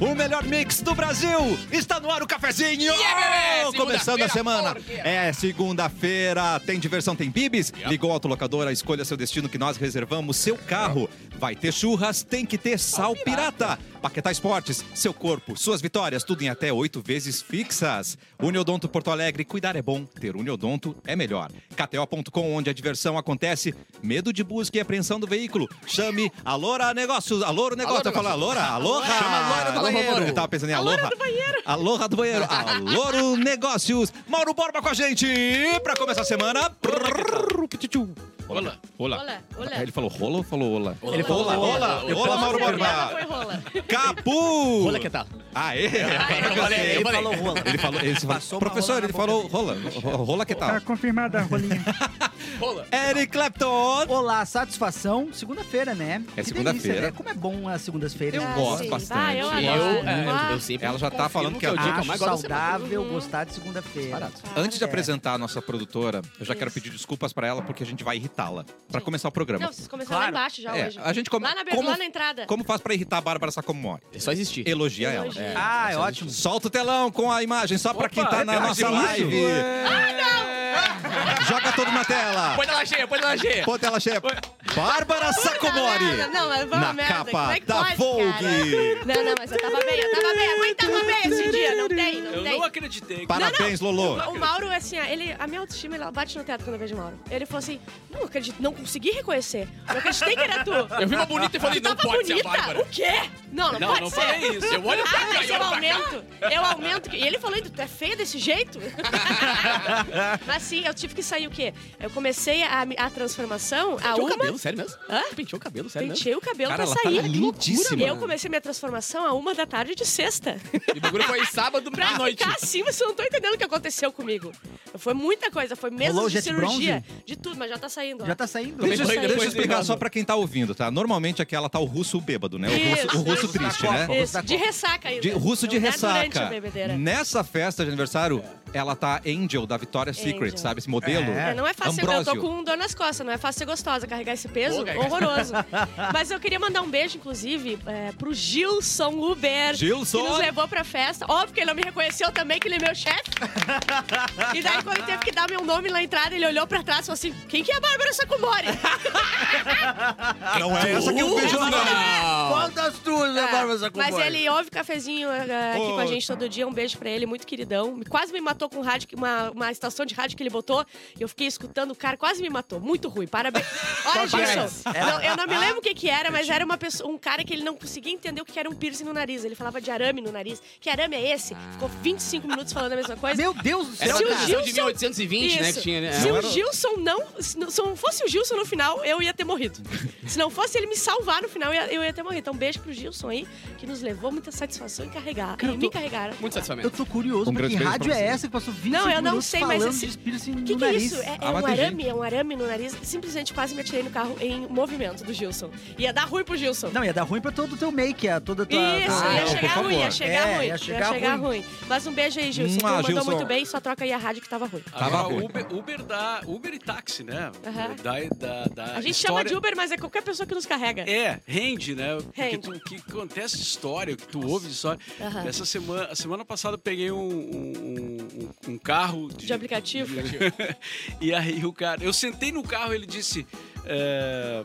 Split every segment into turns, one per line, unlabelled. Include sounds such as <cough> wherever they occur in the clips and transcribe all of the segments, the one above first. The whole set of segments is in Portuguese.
o melhor mix do Brasil. Está no ar o cafezinho. Oh,
Yeah, é, bebê!
Começando a
Segunda-feira,
semana.
porquê?
É segunda-feira. Tem diversão, tem bibis? Ligou a autolocadora, escolha seu destino que nós reservamos seu carro. Vai ter churras, tem que ter sal pirata. Paquetá Esportes, seu corpo, suas vitórias, tudo em até oito vezes fixas. Uniodonto Porto Alegre, cuidar é bom, ter Uniodonto é melhor. KTO.com, onde a diversão acontece. Medo de busca e apreensão do veículo. Chame Alora Negócios. Aloro Negócio.
Alora
Eu falo Alora, Aloha.
Chama a loira do
Alô,
banheiro.
Eu tava pensando em Aloha. Aloha do banheiro. Aloha do <laughs> banheiro. Aloro Negócios. Mauro Borba com a gente. Pra começar a semana.
Olá.
Olá.
Olá, olá.
Olá. Ele falou rolo ou falou ola?
Olá.
Ele falou ola.
Olá.
Ola.
Eu
Ola,
posso
Mauro
Ela
Borba.
foi rola.
Capu.
Rola que tal?
Aê. Agora
eu
que eu
falei,
sei.
eu falei.
falou rola.
Ele falou, ele falou
Passou uma
professor,
rola na
ele
boca
falou
dele.
rola, rola que tal?
Tá confirmada a rolinha.
Rola.
Eric Clapton.
<laughs> Olá, satisfação. Segunda-feira, né?
É
Que
segunda-feira.
delícia, né? Como é bom as segundas-feiras.
Eu
Ah,
gosto
sim.
bastante.
Ah, eu
Eu,
adoro.
é, eu, eu
Ah,
sempre
Ela já tá
confirmo
falando que
é o
a-
dia que eu
Acho
mais gosto da semana.
saudável gostar de segunda-feira.
Disparado.
Antes de
Ah, é.
apresentar a nossa produtora, eu já quero
Isso.
pedir desculpas pra ela porque a gente vai irritá-la pra
Sim.
começar o programa.
Não, vocês começaram lá
Claro.
embaixo já
É,
hoje.
a gente come-
Lá na, abertura,
como-
lá na entrada.
Como faz pra irritar a Bárbara Sacomori?
É só existir.
Elogia ela.
Elogia.
É.
Ah, é ótimo.
Solta o telão com a imagem, só pra
Opa,
quem tá
é
na nossa
verdade, isso?
live.
É.
Joga tudo na tela.
Põe na lajeia, põe na lajeia.
Pô, tela cheia. Bárbara
Puta
Sacomori.
merda, Não, mas foi uma
Na
merda. Como
capa
é que
da
pode,
Vogue.
cara? Não, não, mas eu tava bem, eu tava bem. A mãe tava bem esse dia. Não tem, não
Eu
tem.
não acreditei.
Parabéns, Lolo.
O Mauro, assim, ó, ele, a minha autoestima, ela bate no teto quando eu vejo o Mauro. Ele falou assim, não acredito, não consegui reconhecer. Não acreditei que era tu.
<laughs>
Eu vi uma bonita e falei,
Tu
não
tava
pode ser a
bonita?
Bárbara.
O quê? Não, não,
Não,
pode
não
ser.
falei isso.
Eu olho pra
Ah,
cá
mas
e
eu
olho pra cá.
aumento. Eu aumento. que- E ele falou, tu é feia desse jeito? mas sim, eu tive que sair o quê? Eu comecei a, a transformação a
Penteou o
uma...
cabelo, tá sério mesmo?
Hã?
Tu Penteou o cabelo, sério mesmo?
Pentei o cabelo
Cara,
pra
ela tá
sair.
lindíssima.
Eu comecei minha transformação a uma da tarde de sexta.
E o bagulho foi sábado
<laughs> Pra
à noite.
ficar assim, vocês não estão entendendo o que aconteceu comigo. Foi muita coisa, foi meses
Rolou
de
jet
cirurgia, de tudo, mas já tá saindo. ó.
Já tá saindo.
Deixa, eu-
Depois-
deixa eu
depois-
explicar só pra quem tá ouvindo, tá? Normalmente aqui ela tá o russo bêbado, né? O russo,
Isso,
o russo
isso.
triste, né?
Copa,
Isso,
da
de
Copa.
ressaca ainda.
De, russo de
Não é Durante a
ressaca.
bebedeira.
Nessa festa de aniversário, ela tá Angel da Victoria's
Angel.
Secret, sabe? Esse modelo.
É.
É, não é fácil, eu
Ambrósio.
tô com dor nas costas, não é fácil ser gostosa, carregar esse peso,
Pô, cara.
horroroso. Mas eu queria mandar um beijo, inclusive, é, pro Gilson Uber.
Gilson!
Que nos levou pra festa. Óbvio que ele não me reconheceu também, que ele é meu chefe. E daí, quando teve que dar meu nome na entrada, ele olhou pra trás e falou assim, quem que é a Bárbara Sacumori?
Não é essa que
Uh,
eu vejo, não.
não.
Quantas
Ah,
das tuas, né, Bárbara Sacomori?
É, Mas ele ouve cafezinho eh, aqui
Ô.
com a gente todo dia. Um beijo pra ele, muito queridão. Quase me matou com um rádio, que- uma, uma estação de rádio que ele botou. E eu fiquei escutando o cara, quase me matou. Muito ruim, parabéns. Olha, Gilson. Não, eu não me lembro o que que era, mas era uma pessoa, um cara que ele não conseguia entender o que era um piercing no nariz. Ele falava de arame no nariz. Que arame é esse? Ficou 25 minutos falando a mesma coisa.
Meu Deus
É
do
Era uma
Se
céu,
o
cara.
edição de
Gilson-
1820, né?
Isso.
Que tinha, né?
Se
Não
o
era-
Gilson não. Se não- se não fosse o Gilson no final, eu ia ter morrido. Se não fosse ele me salvar no final, eu ia, eu ia ter morrido. Então, um beijo pro Gilson aí, que nos levou muita satisfação em carregar.
Cara,
e
eu
me
tô-
carregaram.
Muito satisfamento.
Eu tô curioso,
Um
porque
grande
que
beijo pra
rádio é
você.
essa que passou 20
Não, eu não
minutos
sei, mas
falando
esse-
de piercing
O
no
que, que é
nariz.
isso? É, é
Ah, mas
um
tem
arame, é um arame no nariz. Simplesmente quase me atirei no carro em movimento do Gilson. Ia dar ruim pro Gilson.
Não, ia dar ruim pra todo o teu make, a toda a
Isso,
tua... Ah, é tua-
ia
não, por
chegar
favor.
ruim, ia chegar
É,
ruim.
ia chegar
ruim. Mas um beijo aí, Gilson.
Mua,
tu mandou
Gilson.
muito bem, só troca aí a rádio que tava ruim.
Tava
Agora,
ruim.
Uber, Uber, dá, Uber e táxi, né?
Aham.
Da, da, da
A gente chama
história-
de Uber, mas é qualquer pessoa que nos carrega.
É, rende, né? Porque
Rende.
tu- O que acontece de história, o que tu ouve de história.
Aham.
Essa semana, a semana passada eu peguei um, um- um- um carro
De aplicativo.
<laughs> e aí o cara. Eu sentei no carro ele disse: é,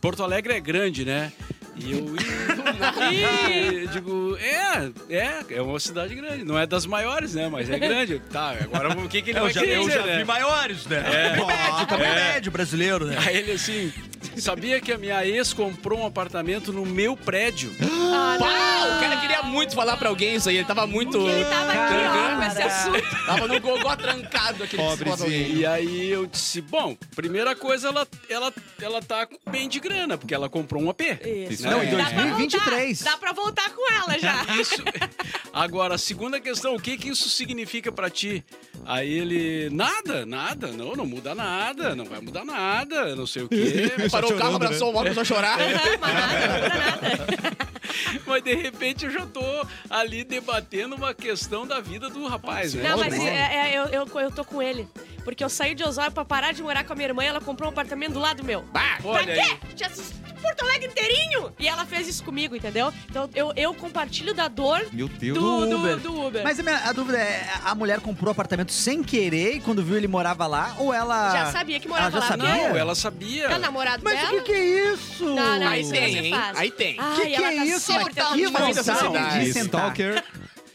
Porto Alegre é grande, né? E eu,
<laughs>
Ih, eu digo, é, é, é uma cidade grande. Não é das maiores, né? Mas é grande. Tá, agora o
É,
que, que
É,
ele vai querer dizer, né?
maiores, né? É, bem médio, tá bem médio brasileiro, né?
Aí ele assim, sabia que a minha ex comprou um apartamento no meu prédio?
Ah,
Pau! O cara queria muito falar pra alguém isso aí. Ele tava muito.
Ele tava aqui, ó, com esse
Cara.
assunto.
Tava no gogó trancado aquele
Pobrezinho.
E aí eu disse, bom, primeira coisa, ela, ela, ela tá bem de grana, porque ela comprou um AP.
Isso. É.
Não, em
Dá pra
2023.
voltar, Dá pra voltar com ela
<laughs>
já.
Isso. Agora, a segunda questão, o que que isso significa pra ti? Aí ele, nada, nada, não, não muda nada, não vai mudar nada, não sei o quê.
Parou o carro,
chorando, né?
abraçou o mal, começou a chorar.
Aham, mas nada, não dá nada.
Mas de repente eu já tô ali debatendo uma questão da vida do rapaz, né?
Não, mas
Outro.
é- é, eu, eu, eu tô com ele. Porque eu saí de Osório pra parar de morar com a minha irmã e ela comprou um apartamento do lado meu.
Bah!
Pra
Olha aí.
quê? Te assus- Porto Alegre inteirinho! E ela fez isso comigo, entendeu? Então eu, eu compartilho da dor
Meu Deus.
do, do,
Uber.
do Uber.
Mas a, minha- a dúvida é, a mulher comprou o apartamento sem querer e quando viu ele morava lá? Ou ela...
Já sabia que morava
ela ah, já
lá,
sabia?
Não,
né?
ela sabia.
Tá namorado
Mas
dela?
o que, que é isso?
Não, não,
Aí
isso
tem,
não se
hein?
faz.
Aí tem.
Ai,
Que que
ela
é
tá
isso?
sempre
Mas
tentando
que
fazer
maldade.
essa cidade.
De
tá.
Então,
sentar.
Stalker.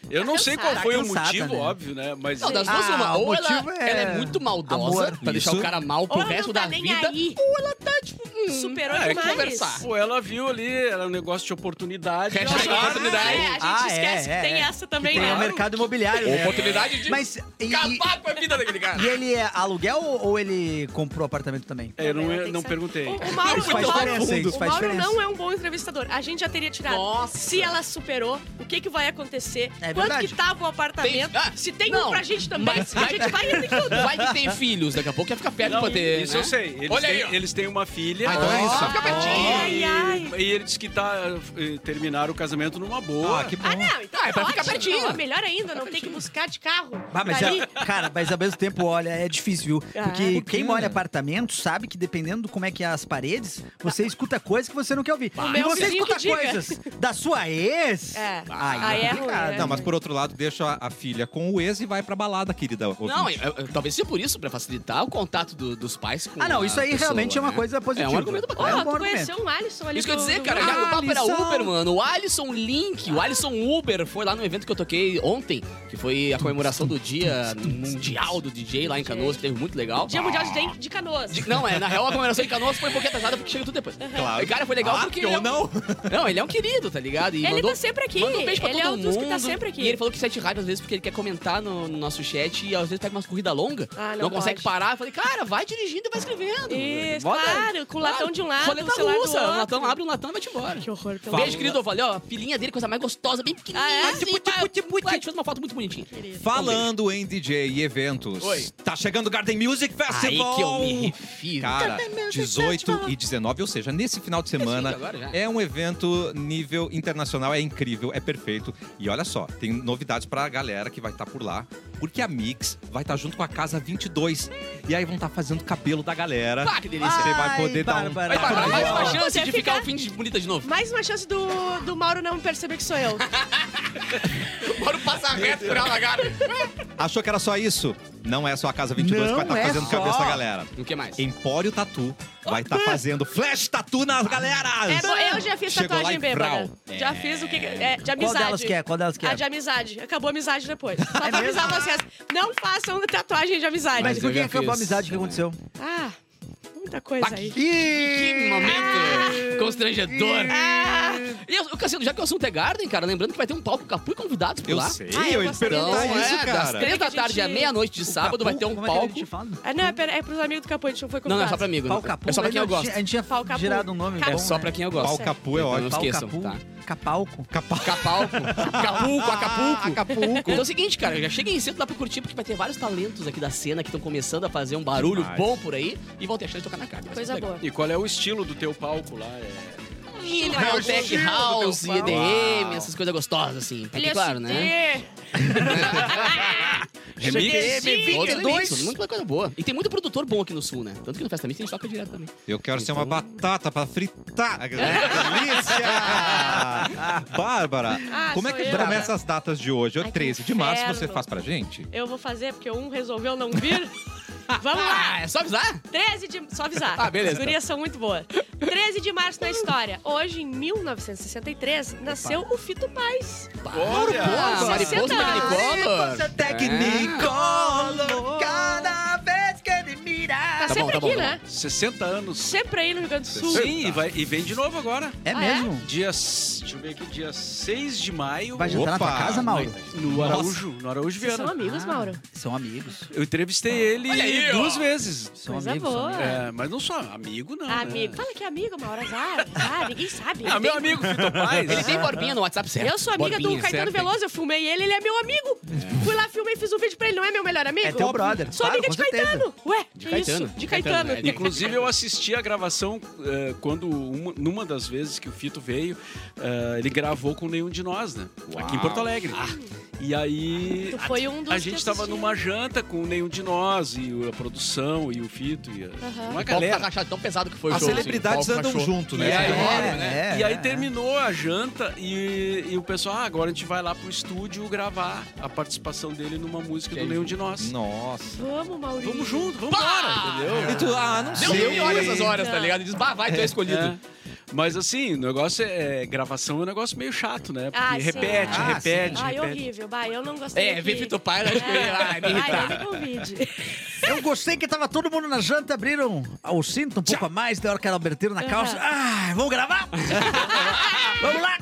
Eu não sei qual
Tá
foi o
cansada,
motivo,
né?
óbvio, né? Mas
Não, das
Ah,
duas, uma.
o
Ou ela,
motivo é
ela é muito maldosa
amor.
pra deixar
Isso.
o cara mal pro
Ou ela
resto
não tá
da
nem
vida.
aí.
Ou ela tá, tipo, hum,
Superou
Ah, é que
demais.
conversar.
Pô, ela viu ali, era um negócio de oportunidade.
Hashtag
Ela achava-
oportunidade.
É, a gente
Ah,
esquece
é,
que tem
é.
essa também,
Que tem
né?
o mercado imobiliário, né?
Oportunidade de
Mas... e- e-
acabar com a vida daquele cara.
E ele é aluguel ou ou ele comprou apartamento também?
É, eu não,
Ela tem
eu
que
não
saber.
perguntei.
O, o Mauro,
Isso faz
o Mauro-
diferença, isso
o
faz
Mauro
diferença.
não é um bom entrevistador. A gente já teria tirado.
Nossa.
Se ela superou, o que, que vai acontecer?
É
Quanto
verdade.
que tava o apartamento?
Tem- ah,
se tem um
não.
pra gente também,
Mas-
a gente vai em
<laughs>
tudo.
Vai que tem filhos, daqui a pouco ia ficar perto
Não,
pra ter.
isso
né?
eu sei. Eles,
Olha aí,
têm,
ó.
eles têm uma filha.
Ah, então é isso.
Fica pertinho.
Ai,
E-
ai.
E ele disse que tá, eh, terminaram o casamento numa boa.
Ah, que bom.
Ah, não, então
Ah, é
tá
pra ficar
ótimo.
pertinho.
Não, melhor ainda, não tem que buscar de carro.
Ah, mas
Dali-
é- cara, mas ao mesmo tempo, olha, é difícil, viu?
Tá Ah,
Porque
por
quem mora em apartamento sabe que dependendo de como é que é as paredes, você escuta coisas que você não quer ouvir. E
meu
você
vizinho
escuta
que diga.
coisas da sua ex,
É.
aí
Aí
é
é ruim,
complicado.
né?
Não, mas por outro lado, deixa a- a filha com o ex e vai pra balada, querida. ouvinte.
Não, eu- eu- talvez seja por isso, pra facilitar o contato do- dos pais com
Ah, não,
a
isso aí
pessoa,
realmente é uma
né?
coisa positiva.
É um argumento pra
Ó,
É um
caralho.
bom
tu
argumento.
conheceu um Alisson ali.
Isso que eu ia
do-
dizer,
do
cara, já
grupo.
que o papo é- era
Alisson.
Uber, mano. O Alisson Link, o Alisson Uber foi lá no evento que eu toquei ontem, que foi a comemoração do dia mundial do DJ lá em Canoas, que teve muito legal.
Dia Mundial de Dente de Canoas.
De- Não, é, na real a comemoração em Canoas foi um pouquinho atrasada, porque chega tudo depois.
Claro.
E, cara, foi legal
Ah,
porque...
ou
ele é um-
não.
<laughs> Não, ele é um querido, tá ligado? E
Ele
mandou...
tá sempre aqui.
Manda um beijo pra
ele
todo
é um dos
mundo.
que tá sempre aqui.
E ele falou que sete rádio às vezes porque ele quer comentar no, no nosso chat e às vezes pega umas corridas longas.
Ah, não
não consegue
pode.
parar. Eu falei, cara, vai dirigindo e vai escrevendo.
Isso,
Bota-
claro, com o latão de um lado,
Roleta
o celular do
russa,
outro.
latão, abre um latão e vai-te embora.
Que horror, pelo
Beijo, querido. Eu falei, ó, a filhinha dele, coisa mais gostosa, bem pequenininha.
Ah, é?
assim,
Tipo,
pá.
tipo, tipo,
Ué, a gente fez uma foto muito bonitinha.
Falando em DJ e eventos,
Oi.
tá chegando o Garden Music
Aí
Festival!
que eu me refiro.
Cara, 18 e 19, ou seja, nesse final de semana,
agora já.
é um evento nível internacional, é incrível, é perfeito. E olha só, tem novidades pra galera que vai estar por lá, porque a Mix vai estar junto com a Casa 22. E aí vão estar fazendo cabelo da galera.
Ah, que delícia.
Você vai
Ai,
poder dar um...
Vai
Bárbara.
parar mais uma
Não,
chance
você
de ficar
fica-
o fim de bonita de novo.
Mais uma chance do, do Mauro não perceber que sou eu.
Bora passar reto por ela, cara.
Achou que era só isso? Não é só a Casa 22 que vai estar
Não é
fazendo
só.
cabeça da galera.
O que mais?
Empório Tatu vai estar fazendo flash tatu nas galeras!
É, bom, eu já fiz
Chegou lá
tatuagem
e
bêbada.
vrau.
Já fiz o que. É, de amizade.
Qual delas que é? Qual delas que é?
A de amizade. Acabou a amizade
<laughs>
depois. Só pra
mesmo?
avisar vocês. Não façam tatuagem de amizade.
Mas
eu
por que
já
acabou a
fiz
é amizade que
também.
aconteceu?
Ah, muita coisa aí.
Que momento constrangedor. E eu, eu, Cassiano, já que o assunto é Garden, cara, lembrando que vai ter um palco com Capu e convidados por
Eu
lá.
sei,
Ah, eu
eu ia te
gostaria
perguntar
disso.
tá isso,
é, das
cara.
três da
É que a
tarde
gente-
à meia-noite de sábado vai ter um
Como é que a
palco.
gente fala?
Ah, não, é, pera, é pros amigos do Capô, a gente não foi
Não,
convidado.
não, é só pra amigo. né?
Pau Capu?
É só pra quem eu
Mas a
gosto.
gente- A gente tinha
Pau Capu.
gerado um nome.
Capu.
É
bom,
só
né?
pra quem eu
Pau
gosto.
Capu é
Então
ótimo.
Não
Pau
esqueçam,
Capu.
tá?
Capalco.
Capalco. Capulco, Acapulco.
Acapulco.
Então é o seguinte, cara, já cheguem cedo lá pra curtir, porque vai ter vários talentos aqui da cena que estão começando a fazer um barulho
Demais.
bom por aí e vão ter a chance de tocar na cara. Vai ser
Coisa
legal.
boa.
E qual é o estilo do teu palco lá? É...
E ele vai É
Meu
ao tech
estilo do
house,
teu palco.
EDM,
Uau.
essas coisas gostosas, assim. Porque,
Ah. Ele é
claro,
CD.
né?
Remix?
Todos
Remix.
remixes, Muito coisa boa. E tem muito produtor bom aqui no sul, né? Tanto que no Festa Mix a gente toca direto também.
Eu quero ser uma
Então-
batata pra fritar. Que Delícia! Bárbara,
Ah,
como é
sou
que a gente
eu.
começa as datas de hoje?
Ai,
É
que
13 de março, você
inferno.
faz pra gente?
Eu vou fazer, porque um resolveu não
<laughs>
vir. Vamos lá.
Ah, é só avisar?
13 de... Só avisar.
<laughs> Ah, beleza.
As gurias são muito boas. 13 de março na história. Hoje, em 1963, nasceu o Fito Paz.
Olha!
Ah, Mariposa
60.
Magnicolor.
É. Tecnicolo, cada vez que ele mira.
Tá,
Tá bom,
sempre
tá bom,
aqui,
tá
né?
60 anos.
Sempre aí no Rio Grande do Sul.
Sim, e, vai- e vem de novo agora.
É
Ah,
mesmo?
Dia, s- deixa eu ver aqui, dia 6 de maio.
Vai jantar na tua
Opa.
casa, Mauro?
No Araújo, no Araújo
Vocês
Viana.
são amigos, Mauro?
Ah, São amigos.
Eu entrevistei ele
Olha aí, ó.
duas vezes.
São
Coisa
amigos. são
boa.
amigos.
É, mas não só amigo, não. né?
Amigo. Fala que é amigo, Mauro. Azar. Ah, ninguém sabe.
É, meu amigo Fito Paz.
Ele tem borbinha no WhatsApp certo.
Eu sou amiga
Borbinha,
do Caetano
certo, hein?
Veloso, eu filmei ele, ele é meu amigo. Fui lá, filmei, fiz um vídeo pra ele, não é meu melhor amigo?
É teu brother,
Sou
claro,
amiga
com
de
certeza.
Caetano. Ué, de
Caetano,
isso? De
de
Caetano.
Caetano, é.
é, Inclusive, eu assisti a gravação eh, quando, uma- numa das vezes que o Fito veio, eh, eh, ele gravou com nenhum de nós, né? Aqui em Porto Alegre.
Ah.
E aí.
Tu foi um dos
A
que
gente tava
assistia.
numa janta com nenhum de nós, e o- a produção, e o Fito, e a-
Aham.
uma
O palco tá
galera.
rachado tão pesado que foi o
As
jogo.
celebridades
assim, o palco
andam
rachou.
junto,
E aí,
né?
É, é,
e aí
é.
terminou a janta e, e o pessoal, ah, agora a gente vai lá pro estúdio gravar a participação dele numa música do
Entendi.
Nenhum de Nós.
Nossa.
Vamos, Maurício.
Vamos junto, vamos embora, entendeu?
E tu, ah, não
Deu
sei.
ruim olha essas horas, tá ligado? E diz, bah, vai, tu é escolhido.
É. Mas assim, o negócio é. Gravação é um negócio meio chato, né? Porque
Ah, sim.
repete,
Ah,
repete,
Ai,
repete.
horrível. Bah, eu não gostei.
É, vem Fito Pai, acho que eu ia ah, me
Ai,
irritar.
não me convide.
Eu gostei que tava todo mundo na janta, abriram o cinto um pouco a mais, da hora que era Alberteiro na calça.
Aham.
Ah,
<laughs>
vamos gravar? vamos lá!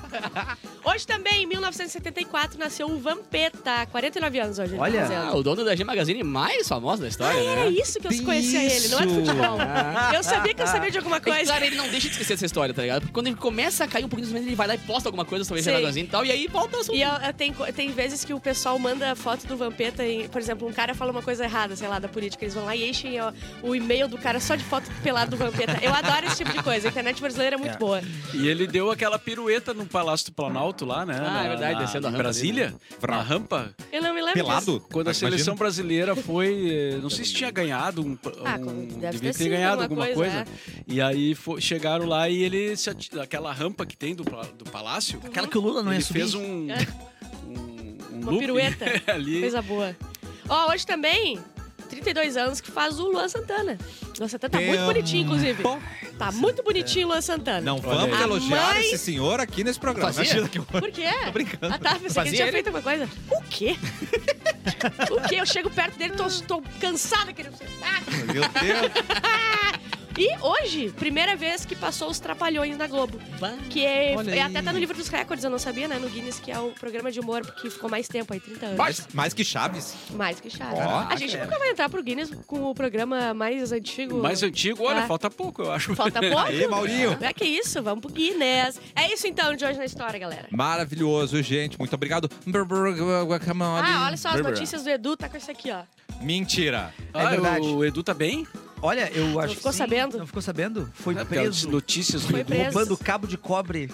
Hoje também, em 1974, nasceu o Vampeta. 49 anos hoje. ele tá
Olha.
fazendo.
Ah, o dono da G Magazine mais famoso da história,
Ah,
né?
era isso que eu conhecia ele, não é de
Isso.
futebol.
Ah.
Eu sabia que eu sabia de alguma
É que,
coisa.
claro, ele não deixa de esquecer essa história, tá ligado? Porque quando ele começa a cair um pouquinho dos medos, ele vai lá e posta alguma coisa sobre a G
Sim.
Magazine e tal, e aí volta o assunto.
E eu- eu- tem, co- tem vezes que o pessoal manda a foto do Vampeta, em, por exemplo, um cara fala uma coisa errada, sei lá, da política. Eles vão lá e enchem ó, o e-mail do cara só de foto pelado do Vampeta. Eu adoro esse tipo de coisa. A internet brasileira é muito boa.
E ele deu aquela pirueta no Palácio do Planalto lá, né?
Ah, é verdade, descendo a
em
rampa
Brasília,
ali,
na rampa.
Eu não me lembro. disso.
Pelado?
Quando a
Imagina.
seleção brasileira foi. eh, Não sei se tinha ganhado um.
Ah,
um-
como deve ter
devia ter
sido
ganhado
alguma
alguma
coisa, é.
coisa. E aí fo- chegaram lá e ele. se ati- Aquela rampa que tem do, pa- do palácio.
Aquela que o Lula não ia
ele
subir.
fez um.
É.
um- um
Uma
loop
pirueta.
<laughs> ali.
Coisa boa. Ó, hoje também, 32 anos, que faz o Luan Santana. Luan Santana tá muito
Tempo.
bonitinho, inclusive. Tá muito bonitinho o Luan Santana.
Não
Olha
vamos
aí.
elogiar
A mãe-
esse senhor aqui nesse programa. né?
Fazia?
Imagina que eu...
Por quê? Tô
brincando.
Ah, tá. Pensei que
Fazia
ele tinha
ele?
feito alguma coisa. O quê? o quê? Eu chego perto dele, tô, tô cansada querendo sentar.
Meu Deus.
tá. E hoje, primeira vez que passou os Trapalhões na Globo.
Bah.
Que é,
Olha
e
aí.
até tá no livro dos recordes, eu não sabia, né? No Guinness, que é o programa de humor, porque ficou mais tempo aí, 30 anos.
Mais, mais que Chaves.
Mais que chato.
Ó.
a gente nunca vai entrar pro Guinness com o programa mais antigo.
Mais antigo, olha,
Ah.
falta pouco, eu acho.
Falta pouco.
Aê, Maurinho.
É que isso, vamos pro Guinness. É isso então de hoje na história, galera.
Maravilhoso, gente. Muito obrigado.
Ah, olha só, as
Bárbara.
notícias do Edu tá com isso aqui, ó.
Mentira. <laughs>
É verdade.
Ah, O Edu tá bem?
Olha, eu acho
ficou
que sim.
sabendo?
Não ficou sabendo? Foi
Aquelas
preso.
notícias do
Foi
Edu.
preso.
Roubando cabo de cobre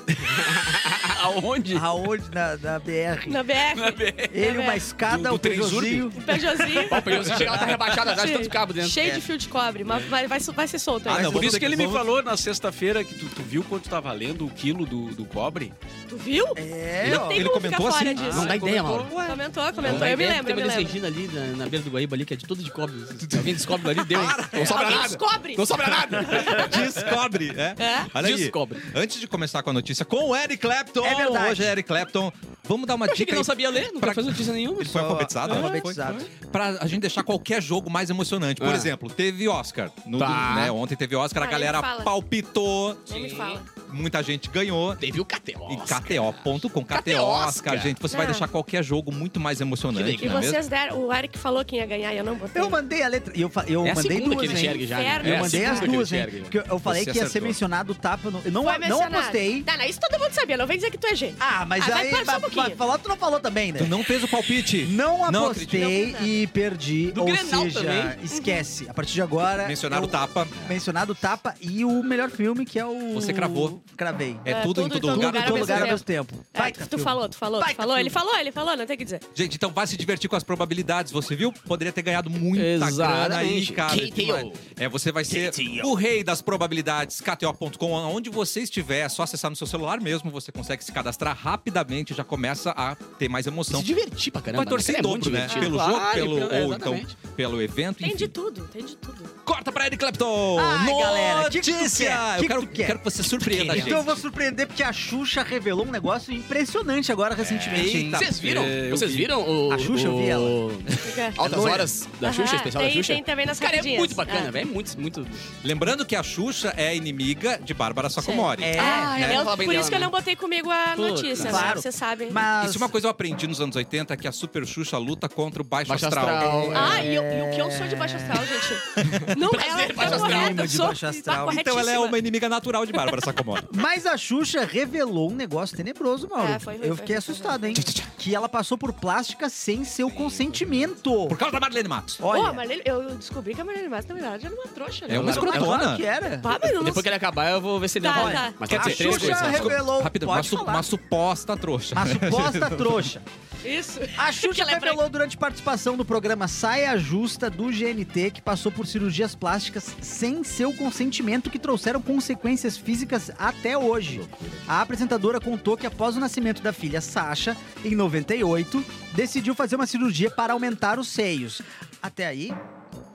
Aonde?
Ah,
aonde na,
<laughs>
na BR.
Na tá BF,
Ele,
Na
uma
BR.
escada,
Do- do
o Peugeotzinho.
o Peugeotzinho.
Ó, o pneuzinho chega lá, tá rebaixado atrás de tanto cabo dentro.
Cheio de fio de cobre, mas vai, vai, vai ser solto
Ah,
aí.
não,
Por
vamos
isso que
ter
ele
que-
me
vamos-
falou na sexta-feira que tu, tu viu quanto tá valendo o quilo do, do cobre?
Tu viu?
É,
não
ó.
tem
ele
como
comentou
ficar fora
assim?
disso.
Não dá ideia,
Comentou.
Mauro.
Comentou,
Não dá
comentou. é Eu me
ideia,
lembro,
Tem
eu me
uma
lembro.
legenda ali na, na beira do Guaíba ali que é de todo de
<laughs>
cobre. Se alguém descobre ali, deu. um- Não sobra
Alguém
nada.
descobre.
Não sobra nada.
Descobre, é?
É.
Olha aí.
Descobre.
Antes de começar com a notícia, com o Eric Clapton.
É verdade.
Hoje é Eric Clapton. Vamos dar uma
Achei que
dica
ele
aí
não sabia ler, nunca
pra-
fez notícia nenhuma.
Ele foi alfabetizado?
Ah,
né?
alfabetizado.
Foi, foi. Pra a gente deixar qualquer jogo mais emocionante. Por
Ah.
exemplo, teve Oscar. No,
Tá.
né, ontem teve Oscar, a
Ah,
galera
ele fala.
palpitou,
Nem me
Sim.
fala.
muita gente ganhou.
Teve o KTO.
E KTO.com, KTO Oscar,
Oscar.
gente. Você vai
Não.
deixar qualquer jogo muito mais emocionante,
Que
E
não é mesmo?
vocês deram. O Eric falou quem ia ganhar e eu não botei.
Eu mandei a letra. e Eu, fa- eu
É a
mandei
segunda que
duas,
ele
hein?
enxerga já.
Inferno.
né?
Eu
É a
mandei as
segunda que ele
duas, hein?
enxerga.
Porque eu falei
Você
que ia ser
acertou.
mencionado o tapa. no- Eu não,
Foi
não
é mencionado.
apostei.
Não, não, isso todo mundo sabia. Não vem dizer que tu é gente.
Ah, mas
Ah, vai,
aí.
para só um
mas-
pouquinho.
mas falar, tu não falou também, né?
Tu não fez o palpite?
Não
Não acredito.
apostei e perdi.
Do
ou
Grenal
seja,
também.
<laughs> esquece. A partir de agora.
Mencionaram
eu-
o tapa.
Mencionado o tapa e o melhor filme, que é o.
Você cravou.
Cravei.
É, tudo, em todo
Tudo
lugar.
em todo
ao
lugar ao
mesmo
mesmo tempo.
É,
Vai,
tu, tu falou, tu falou, tu
Baita
falou.
filme.
Ele falou, ele falou, não tem o que dizer.
Gente, então vai se divertir com as probabilidades. Você viu? Poderia ter ganhado muita grana aí,
Exatamente.
cara.
KTO.
Demais. É, você vai ser o rei das probabilidades. KTO.com, onde você estiver, é só acessar no seu celular mesmo. Você consegue se cadastrar rapidamente, já começa a ter mais emoção.
Se divertir Então, pra caramba.
Vai torcer
né?
em
É muito
dobro, né?
divertido.
Pelo
Claro,
jogo, pelo,
é,
ou então
exatamente.
pelo evento.
Tem
enfim.
de tudo, tem de tudo.
Corta pra Eric Clapton!
Ai, galera, que que tu
Notícia!
quer? Que
Eu
que
quero,
tu quer?
quero que você surpreenda a Tá, gente.
Então eu vou surpreender porque a Xuxa revelou um negócio impressionante agora recentemente. hein?
Eita.
Vocês viram?
É, eu
Vocês
vi.
viram o...
A Xuxa, eu vi ela.
o-
Fica-
Altas
Loira.
Horas é? da Xuxa,
Aham,
especial da
tem-
Xuxa.
tem também nas
Cara, é
rapidinhas.
muito bacana,
Ah.
velho. É muito, muito...
Lembrando que a Xuxa é inimiga de Bárbara Sacomori.
É,
Ah,
né?
eu-
Vamos falar
por
bem
isso
dela,
que eu
né?
não botei comigo a
Puta.
notícia, né?
Claro.
Vocês sabem.
Mas.
Isso é uma coisa que eu aprendi nos anos 80, que a Super Xuxa luta contra o Baixo,
Baixo
astral.
astral. é.
Ah, e, eu- e o que eu sou de baixo astral,
<laughs>
gente. Não, ela é
baixo
tão
astral.
correta, eu
De
sou
baixo astral.
tá
Então ela é
corretíssima.
uma inimiga natural de
<laughs>
Bárbara Sacomori.
Mas a Xuxa revelou um negócio tenebroso, Mauro.
É, foi ruim,
eu
foi
fiquei
ruim, foi
assustado, hein? que ela passou por plástica sem seu consentimento.
Por causa da Marlene Matos.
Pô,
Olha,
a Marlene, eu descobri que a Marlene Matos, na verdade, era uma trouxa, né?
É uma
Claro,
é
escrotona.
claro que era.
Pá, mas eu não
Depois que ele acabar, eu vou ver se ele
Tá,
rola.
tá.
Mas
Quer
quer
A
dizer,
dizer, três
Xuxa
coisas. né?
Desculpa,
revelou,
Rápido,
pode
uma, su-
falar.
uma suposta trouxa.
Uma suposta trouxa.
Isso.
A
Porque
Xuxa
ela é branca.
revelou durante participação do programa Saia Justa do GNT que passou por cirurgias plásticas sem seu consentimento que trouxeram consequências físicas até hoje. A apresentadora contou que após o nascimento da filha Sasha, em 98, decidiu fazer uma cirurgia para aumentar os seios. Até aí.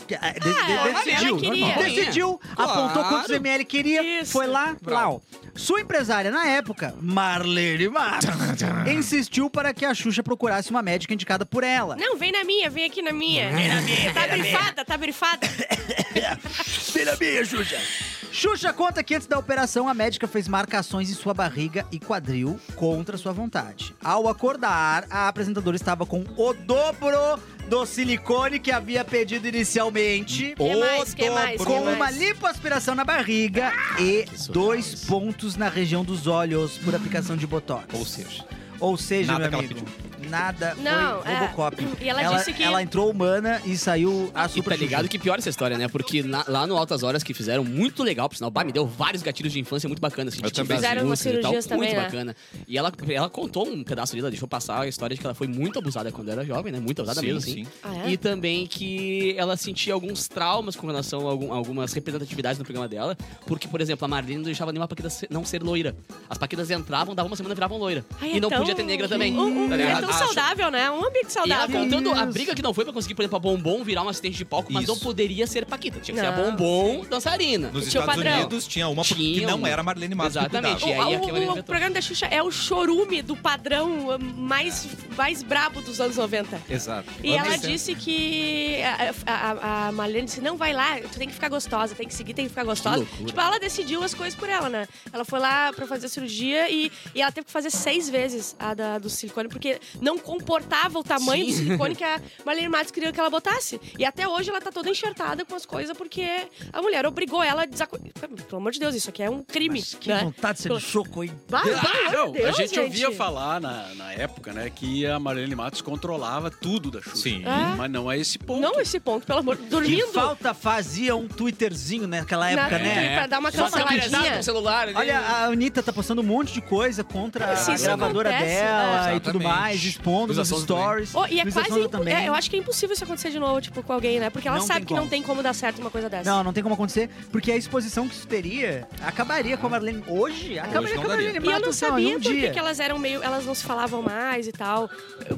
que- é, de- de-
Ah, ela
decidiu,
queria.
decidiu,
Claro.
apontou quantos ml queria,
Isso.
foi lá, lá. ó. Sua empresária na época, Marlene Matos, insistiu para que a Xuxa procurasse uma médica indicada por ela.
Não, vem na minha, vem aqui na minha. Vem na minha. Tá brifada, tá brifada.
Xuxa conta que antes da operação, a médica fez marcações em sua barriga e quadril contra sua vontade. Ao acordar, a apresentadora estava com o dobro do silicone que havia pedido inicialmente.
Que é mais, que mais, que
Com uma
um mais?
lipoaspiração na barriga e
surpresa.
dois pontos na região dos olhos por aplicação de botox.
Ou seja,
Ou seja,
Nada
meu
que ela
amigo, nada
Não,
foi
é.
Robocop.
E ela disse que-
Ela entrou humana e saiu a
E
super
tá ligado
Xuxa.
que pior essa história, né? Porque na- lá no Altas Horas que fizeram, muito legal, por sinal, bah, me deu vários gatilhos de infância muito bacanas. Assim,
Eu
de
também.
tirar as
Fizeram umas
músicas e tal,
cirurgias também,
Muito
né?
bacana. E ela, ela contou um pedaço dela, deixou passar a história de que ela foi muito abusada quando era jovem, né? Muito abusada
Sim,
mesmo, assim.
sim.
Ah, é?
E também que ela sentia alguns traumas com relação a, algum- algumas representatividades no programa dela. Porque, por exemplo, a Marlene não deixava nenhuma paquita ser- não ser loira. As paquitas entravam, dava uma semana e viravam loira.
Ai,
e
é
não
tão-
podia ter negra também.
Um- um-
tá
é
ligado?
tão
Acho-
saudável, né? Um ambiente
e ela
saudável.
contando a
Isso.
briga que não foi pra conseguir, por exemplo, a Bombom virar uma assistente de palco, mas
Isso.
não poderia ser Paquita. Tinha que ser a
Não,
Bombom
<laughs>
dançarina.
Nos
um
Tinha o
Estados
padrão.
Unidos tinha uma porque
Tinha
que não
uma.
era Marlene Matos que
Exatamente. E
O,
cuidava.
aí, a
o-
Kema
o
inventou.
programa da Xuxa é o chorume do padrão eh, mais, mais brabo dos anos 90.
Exato.
E ela
Anos 70.
disse que a, a, a- a Marlene disse: não vai lá, tu tem que ficar gostosa, tem que seguir, tem que ficar gostosa.
loucura.
tipo, ela decidiu as coisas por ela, né? Ela foi lá pra fazer a cirurgia e, e ela teve que fazer seis vezes a da- do silicone, porque não comportava o tamanho do silicone que a Marlene Matos queria que ela botasse. E até hoje ela tá toda enxertada com as coisas, porque a mulher obrigou ela a desacu... Pelo amor de Deus, isso aqui é um crime.
Mas que
né?
vontade de ser
Pelo-
de soco, hein?
Bah, Ah, pelo amor de
Ah, Não, a
Deus,
gente, ouvia falar na, na época, né, que a Marlene Matos controlava tudo da Xuxa.
Sim.
É.
Mas não é esse ponto.
Não esse ponto, pelo amor de Deus.
Que
Dormindo
falta fazia um Twitterzinho naquela
na-
época, né?
pra dar uma
Só uma pesada
canceladinha.
no celular. ali.
Olha, a Anitta tá postando um monte de coisa contra
Isso,
a
isso
gravadora
acontece,
dela
é.
e tudo mais,
Exatamente.
expondo
Luísa
nos
Sonza
stories.
Oh, e é
Luísa
quase.
Sonza
impo- é, eu acho que é impossível isso acontecer de novo, tipo, com alguém, né? Porque ela
Não
sabe
tem
que não
como.
tem como dar certo uma coisa dessa.
Não, não tem como acontecer, porque a exposição que isso teria acabaria com a Marlene hoje. Acabaria
não
com a
daria.
Marlene
E eu não
Matos, não, em
sabia
um
por que
dia.
que elas eram meio. Elas não se falavam mais e tal.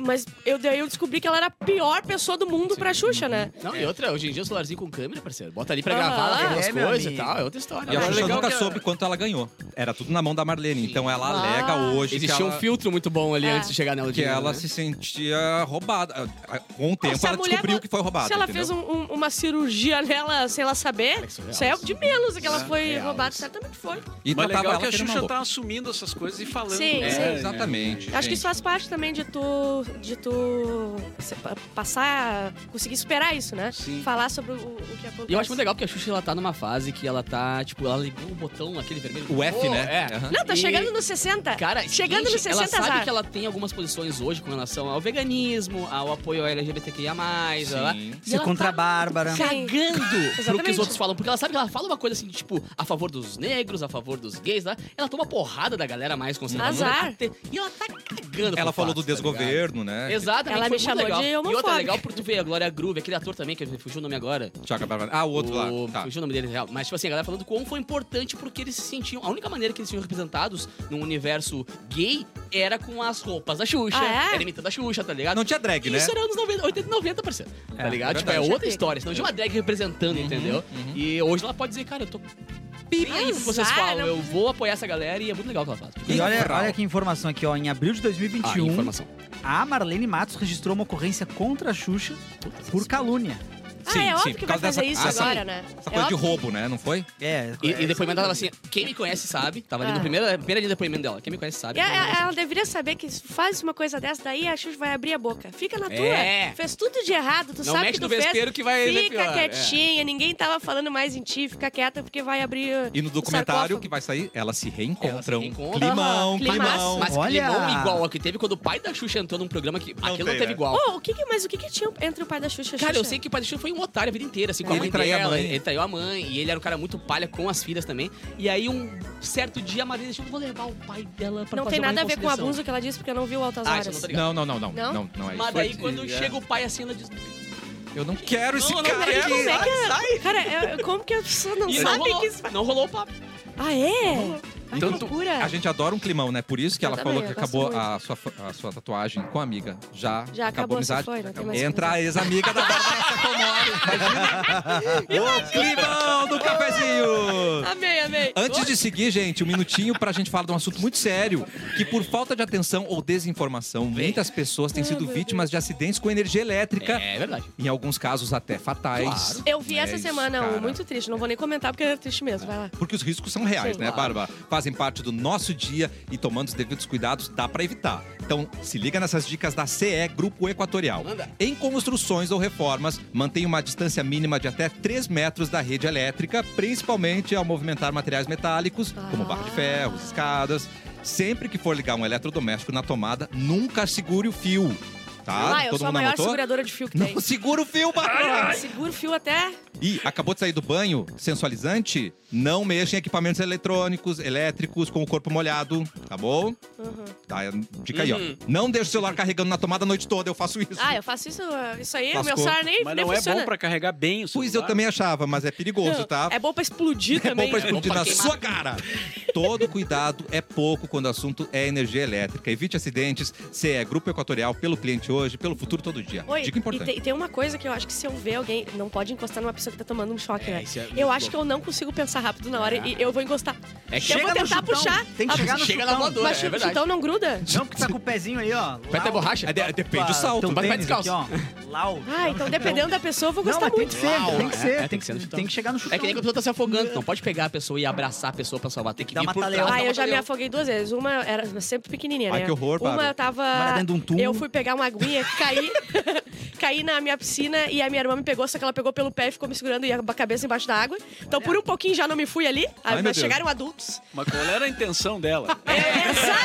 Mas eu, daí eu descobri que ela era a pior pessoa do mundo pra Xuxa, né?
Não, e outra, hoje em dia o celularzinho com câmera, parceiro. Bota ali pra
Ah,
gravar lá,
é,
algumas
meu
coisas e
amigo.
tal. É outra história.
E a
Agora,
Xuxa
legal
nunca
que a-
soube quanto ela ganhou. Era tudo na mão da Marlene. Então ela
Ah.
alega hoje que
Existia um
ela,
filtro muito bom ali
É.
antes de chegar nela.
que
de novo,
ela
né?
se sentia roubada. Com o tempo
se a
ela
mulher
descobriu
bo-
que foi roubada.
Se ela
entendeu?
fez um- um- uma cirurgia nela sem ela saber,
Isso é real,
isso é de menos. Que ela
Isso é
foi
real,
roubada,
isso.
certamente foi.
E tratava
Mas legal
ela
que a
que era uma
Xuxa
louca.
tá assumindo essas coisas e falando.
Sim,
né?
sim.
É, exatamente.
Acho que
gente.
isso faz parte também de tu. de tu. se- pa- passar. conseguir superar isso, né?
Sim.
Falar sobre o, o que acontece.
E eu acho muito legal porque a Xuxa ela tá numa fase que ela tá, tipo, ela ligou o botão, aquele vermelho.
O F,
Oh,
né?
É.
Aham.
Não, tá
E-
chegando nos 60.
Cara,
chegando
seguinte,
nos 60
ela sabe
azar.
que ela tem algumas posições hoje com relação ao veganismo, ao apoio ao LGBTQIA+,
Sim.
ela-
Ser contra a Bárbara.
<laughs>
cagando pro que os
Exatamente.
outros falam. Porque ela sabe que ela fala uma coisa assim, tipo, a favor dos negros, a favor dos gays, né? Ela toma porrada da galera mais conservadora.
Azar.
que tem- E ela tá cagando
Ela
pro
falou do
fato, tá ligado?
desgoverno, né?
Exatamente,
Ela
foi
me
muito
chamou
legal.
de
E outra
homofóbica.
legal por tu ver a Glória Groove, aquele ator também, que fugiu o nome agora.
Tiago Bárbara. Ah, o outro lá. Tá.
Fugiu o nome dele real. Mas, tipo assim, a galera falando quão foi importante porque eles se sentiam. A única maneira que eles se sentiam representados num universo gay era com as roupas da Xuxa.
Ah, é?
Era imitando a Xuxa, tá ligado?
Não tinha drag, né?
Isso era anos 90, 80 e 90, parceiro. tá ligado?
é
tipo, é
verdade. Uhum,
outra história. Senão tinha uma drag representando, entendeu? E hoje ela pode dizer, cara, eu tô. E aí,
Azar,
vocês falam,
não-
eu vou apoiar essa galera e é muito legal o que ela faz. Tipo,
E olha,
Infernal.
olha que informação aqui, ó. Em abril de
ah,
2021,
informação.
a Marlene Matos registrou uma ocorrência contra a Xuxa por calúnia.
ah, é óbvio
por
que vai
causa
fazer
dessa-
isso
essa-
agora, né?
Essa
é
coisa de
óbvio.
roubo, né? Não foi?
É,
E, e depoimento dela assim, quem me conhece sabe. Tava ali no
Ah. É,
primeiro, primeira linha de depoimento dela. Quem me conhece
né?
sabe. Então,
E a- a- ela deveria saber que se faz uma coisa dessa, daí a Xuxa vai abrir a boca. Fica na tua.
É.
Fez tudo de errado, tu
Não
sabe
mete
que tu
no vespeiro
fez.
que vai
né,
ainda
Fica
pior, é.
quietinha, ninguém tava falando mais em ti, fica quieta porque vai abrir. uh,
E no
o
documentário
sarcófago.
que vai sair, elas se reencontram.
reencontram.
Climão,
Aham,
Um climão.
climaço.
Mas
Olha!
climão igual ao que teve quando o pai da Xuxa entrou num programa que aquilo não
tem,
teve
né?
igual.
Ô, o que que, mas o que que tinha entre o pai da Xuxa e a
Cara, eu
Xuxa?
sei que o pai da Xuxa foi um otário a vida inteira, assim, com a
Ele
mãe
traiu a
dela.
mãe.
Ele traiu a mãe. E ele era um cara muito palha com as filhas também. E aí, um certo dia, a Marina deixou, vou levar o pai dela pra
Não
fazer
tem
uma
nada a ver com o
reconciliação."
abuso que ela disse, porque eu não vi o Altas
Ah, isso eu não
Horas.
tô ligado.
Não, não, não, não.
Não?
Não, não é isso.
Mas daí, quando
É.
chega o pai assim, ela diz...
Eu não quero esse
Não, não
cara
Cara,
quero.
aqui.
como é que a-
Sai.
Cara, eu- eu- como que a pessoa não
é
E não
sabe
rolou,
que isso vai...
não rolou o papo.
Ah, é? Ai, que
Então, tu-
loucura.
<laughs> A gente adora um climão, né? Por isso que
Eu
ela
também,
falou que
eu gosto
acabou a sua, a sua tatuagem com a amiga. Já,
Já acabou,
a
já
amizade.
foi, não tem mais
Entra a ex-amiga da Bárbara Sacomori. o climão do cafezinho!
Amei, amei.
Antes de seguir, gente, um minutinho pra gente falar de um assunto muito sério, que por falta de atenção ou desinformação, muitas pessoas
Ah,
têm sido vítimas de acidentes com energia elétrica,
É verdade.
em alguns casos até fatais.
Eu vi
É
essa
isso,
semana
cara.
um muito triste. Não vou nem comentar porque é triste mesmo. Vai lá.
Porque os riscos são reais,
Sim,
né,
claro.
Bárbara? Fazem parte do nosso dia e tomando os devidos cuidados dá pra evitar. Então, se liga nessas dicas da CE Grupo Equatorial.
Manda.
Em construções ou reformas, mantenha uma distância mínima de até 3 metros da rede elétrica, principalmente ao movimentar materiais metálicos, como
Ah.
barra de ferro, escadas. Sempre que for ligar um eletrodoméstico na tomada, nunca segure o fio. Tá?
ah, eu sou a
mundo
maior
anotou?
seguradora de fio que tem.
Não segura o fio, Bárbara!
Seguro o fio até.
E acabou de sair do banho, sensualizante, não mexa em equipamentos eletrônicos, elétricos, com o corpo molhado, tá bom?
Uhum.
Tá, dica aí, ó.
Uhum.
Não deixa o celular carregando na tomada a noite toda, eu faço isso.
Ah, eu faço isso, isso aí,
Lascou.
meu celular nem,
Mas
nem
não é
funciona.
bom pra carregar bem o celular.
Pois eu também achava, mas é perigoso, tá?
É bom pra explodir
É
também.
bom pra
né?
explodir
pra
na
queimar.
sua cara. Todo cuidado é pouco quando o assunto é energia elétrica. Evite acidentes. CE é Grupo Equatorial, pelo cliente hoje, pelo futuro todo dia.
Oi,
Dica
E,
importante.
tem- tem uma coisa que eu acho que se eu ver alguém, não pode encostar numa pessoa que tá tomando um choque, né?
isso é muito
eu acho
bom.
que eu não consigo pensar rápido na hora
É.
e eu vou encostar.
É que
eu vou
Chega no
tentar
chutão,
puxar.
tem que
a-
chegar no
Ah, Chega na
chutão.
voadora.
Mas
é verdade.
então não gruda?
Não, porque tá com o pezinho aí, ó.
Aperta a
Lau,
borracha.
É, de- depende
tua-
do salto.
teu
né?
vai
um tênis
descalço.
aqui, ó. Lau.
Ah, então dependendo da pessoa, eu vou
Não,
gostar
mas tem que
muito.
ser,
Lau.
tem que
É,
ser.
tem
Tem
que ser no
que-
chutão.
tem que chegar no chutão.
É que nem quando a pessoa tá se afogando. Não pode pegar a pessoa e abraçar a pessoa pra salvar. Tem que
Dá
vir
uma
por trás.
taleada.
dar
Ah,
uma
eu já me
taleada.
afoguei duas vezes. Uma era sempre pequenininha,
Ai,
né?
que horror,
Uma
Bárbara.
eu tava...
Mas dentro de um túmulo.
Eu fui pegar uma aguinha, caí... <laughs> caí na minha piscina e a minha irmã me pegou, só que ela pegou pelo pé e ficou me segurando e a cabeça embaixo da água. Então, por um pouquinho, já não me fui ali.
Ai, meu
mas
Deus.
chegaram adultos.
Mas qual era a
<laughs>
intenção dela?
É, exatamente,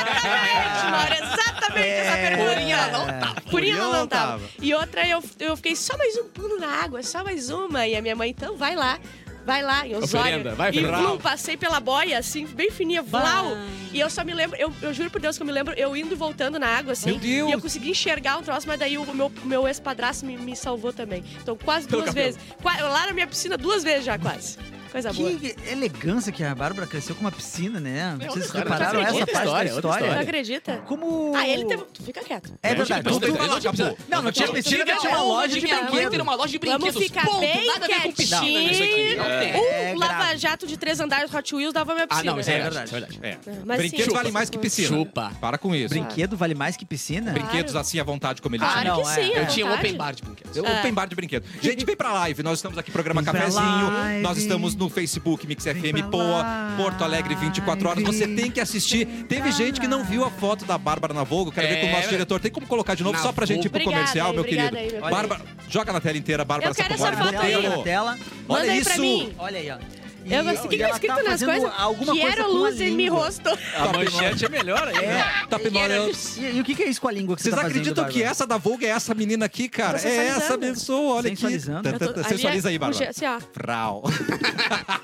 Mauro. Exatamente essa pergunta.
Purinha não tava.
Purinha
Purinha
não,
não
tava.
tava.
E outra, eu, eu fiquei só mais um pulo na água, só mais uma. E a minha mãe, então, vai lá. Vai lá, em
Fernanda,
Osório.
vai,
e
Fernanda.
blum, passei pela boia, assim, bem fininha, vlau. E eu só me lembro, eu, eu juro por Deus que eu me lembro, eu indo e voltando na água, assim.
Meu Deus.
E eu consegui enxergar um troço, mas daí o meu, meu ex-padrasto me, me salvou também. Então, quase
Pelo
duas
cabelo.
vezes. Qua- lá na minha piscina, duas vezes já, quase. Coisa Tá boa.
Que elegância que a Bárbara cresceu com uma piscina, né?
É,
Não
outra
sei se
história,
repararam
outra
essa
história,
parte da
outra
história.
Tu
olha.
acredita?
Como...
Ah, ele teve... Fica quieto.
É verdade.
Não,
Como tu-
não, não, acabou.
Não, não tinha piscina, mas tinha uma loja de
Não tem
brinquedo.
uma loja de
Vamos
brinquedos.
ficar
Ponto.
bem
Nada a ver com piscina isso aqui. Não
quietinhos.
tem.
É
Um
grave.
lava-jato de três andares Hot Wheels dava minha
Ah,
piscina.
não, isso é verdade.
verdade.
Isso é verdade.
É.
Mas
Brinquedos
sim,
valem mais que piscina.
Chupa.
Para com isso.
Brinquedo vale mais que piscina?
Brinquedo.
Brinquedos assim à vontade, como eles
Ah,
chamam.
Claro
não,
que
é.
sim,
Eu
à
Eu tinha um
vontade.
open bar de brinquedos.
Eu open bar de brinquedo. Gente, vem pra live. Nós estamos aqui, programa
É. Vem pra
Cafezinho.
live.
Nós estamos no Facebook, Mix
pra
FM, Poa,
live.
Porto Alegre, 24 horas. Você tem que assistir. Teve gente que não viu a foto da Bárbara na Vogue. Quero ver com o nosso
É.
diretor. Tem como colocar de novo
Na
só pra gente ir pro
Vogue.
comercial, meu
Obrigada
querido?
aí, obrigada aí, meu
Bárbara, joga na tela inteira, Bárbara
Eu quero
Sacomori.
essa foto aí.
Botelho.
Olha na tela.
Olha
Manda aí
isso.
pra mim.
Olha aí, ó. E-
Eu gostei. O que que
e
tá
ela
escrito
tá
nas
fazendo
coisas?
Alguma
Quiero
coisa com a
luz em mi
língua.
rosto.
A manchete é melhor ainda.
É.
Top model.
E, e o que, que é isso com a língua que
Tá Vocês
você tá fazendo,
acreditam que
Bárbara?
essa da Vogue é essa menina aqui, cara?
Tá
É essa
sensualizando.
pessoa, olha aqui.
Sensualizando.
Tan, tan, tan. Sensualiza aí, Bárbara.
é Assim, ó.
Frau.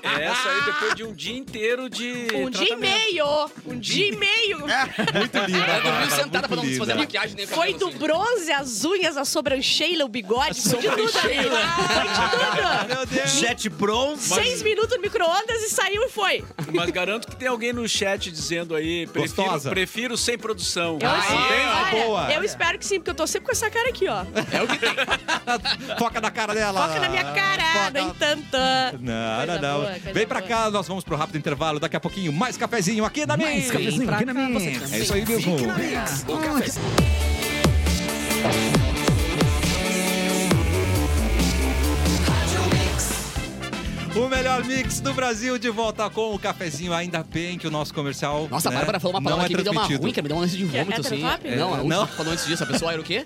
Essa aí depois de um dia inteiro de.
Um dia e
tratamento.
meio. Um dia e meio.
Muito linda.
Ela dormiu
Bárbara,
sentada pra
muito
não desfazer
linda.
maquiagem nem o
Foi
cabelo,
do
assim.
bronze, as unhas, a sobrancheila, o bigode. Foi de tudo, amigo. Foi de tudo.
Meu Deus.
Jet Bronze.
Seis minutos no micro-ondas e saiu e foi.
Mas garanto que tem alguém no chat dizendo aí, prefiro,
Gostosa.
prefiro sem produção.
Eu,
Ah,
assim,
tem?
uma
olha,
boa.
eu espero que sim, porque eu tô sempre com essa cara aqui, ó.
É o que tem.
Foca na cara dela.
Foca na minha cara,
Foca.
nem tanta.
Não,
Coisa
não, não.
boa, coisa
Vem pra
boa.
cá, nós vamos pro rápido intervalo. Daqui a pouquinho, mais cafezinho aqui na minha.
Mais cafezinho aqui na minha.
É isso aí mesmo.
O cafezinho.
Rádio
O melhor mix do Brasil de volta com o cafezinho. Ainda bem que o nosso comercial.
Nossa, a
né,
Bárbara falou uma palavra
não é
que me deu uma
transmitido.
ruim, que me deu um lance de
Que é
vômito, assim.
heterotop?
Não, a
É,
última
não.
que falou antes disso, a pessoa era o quê?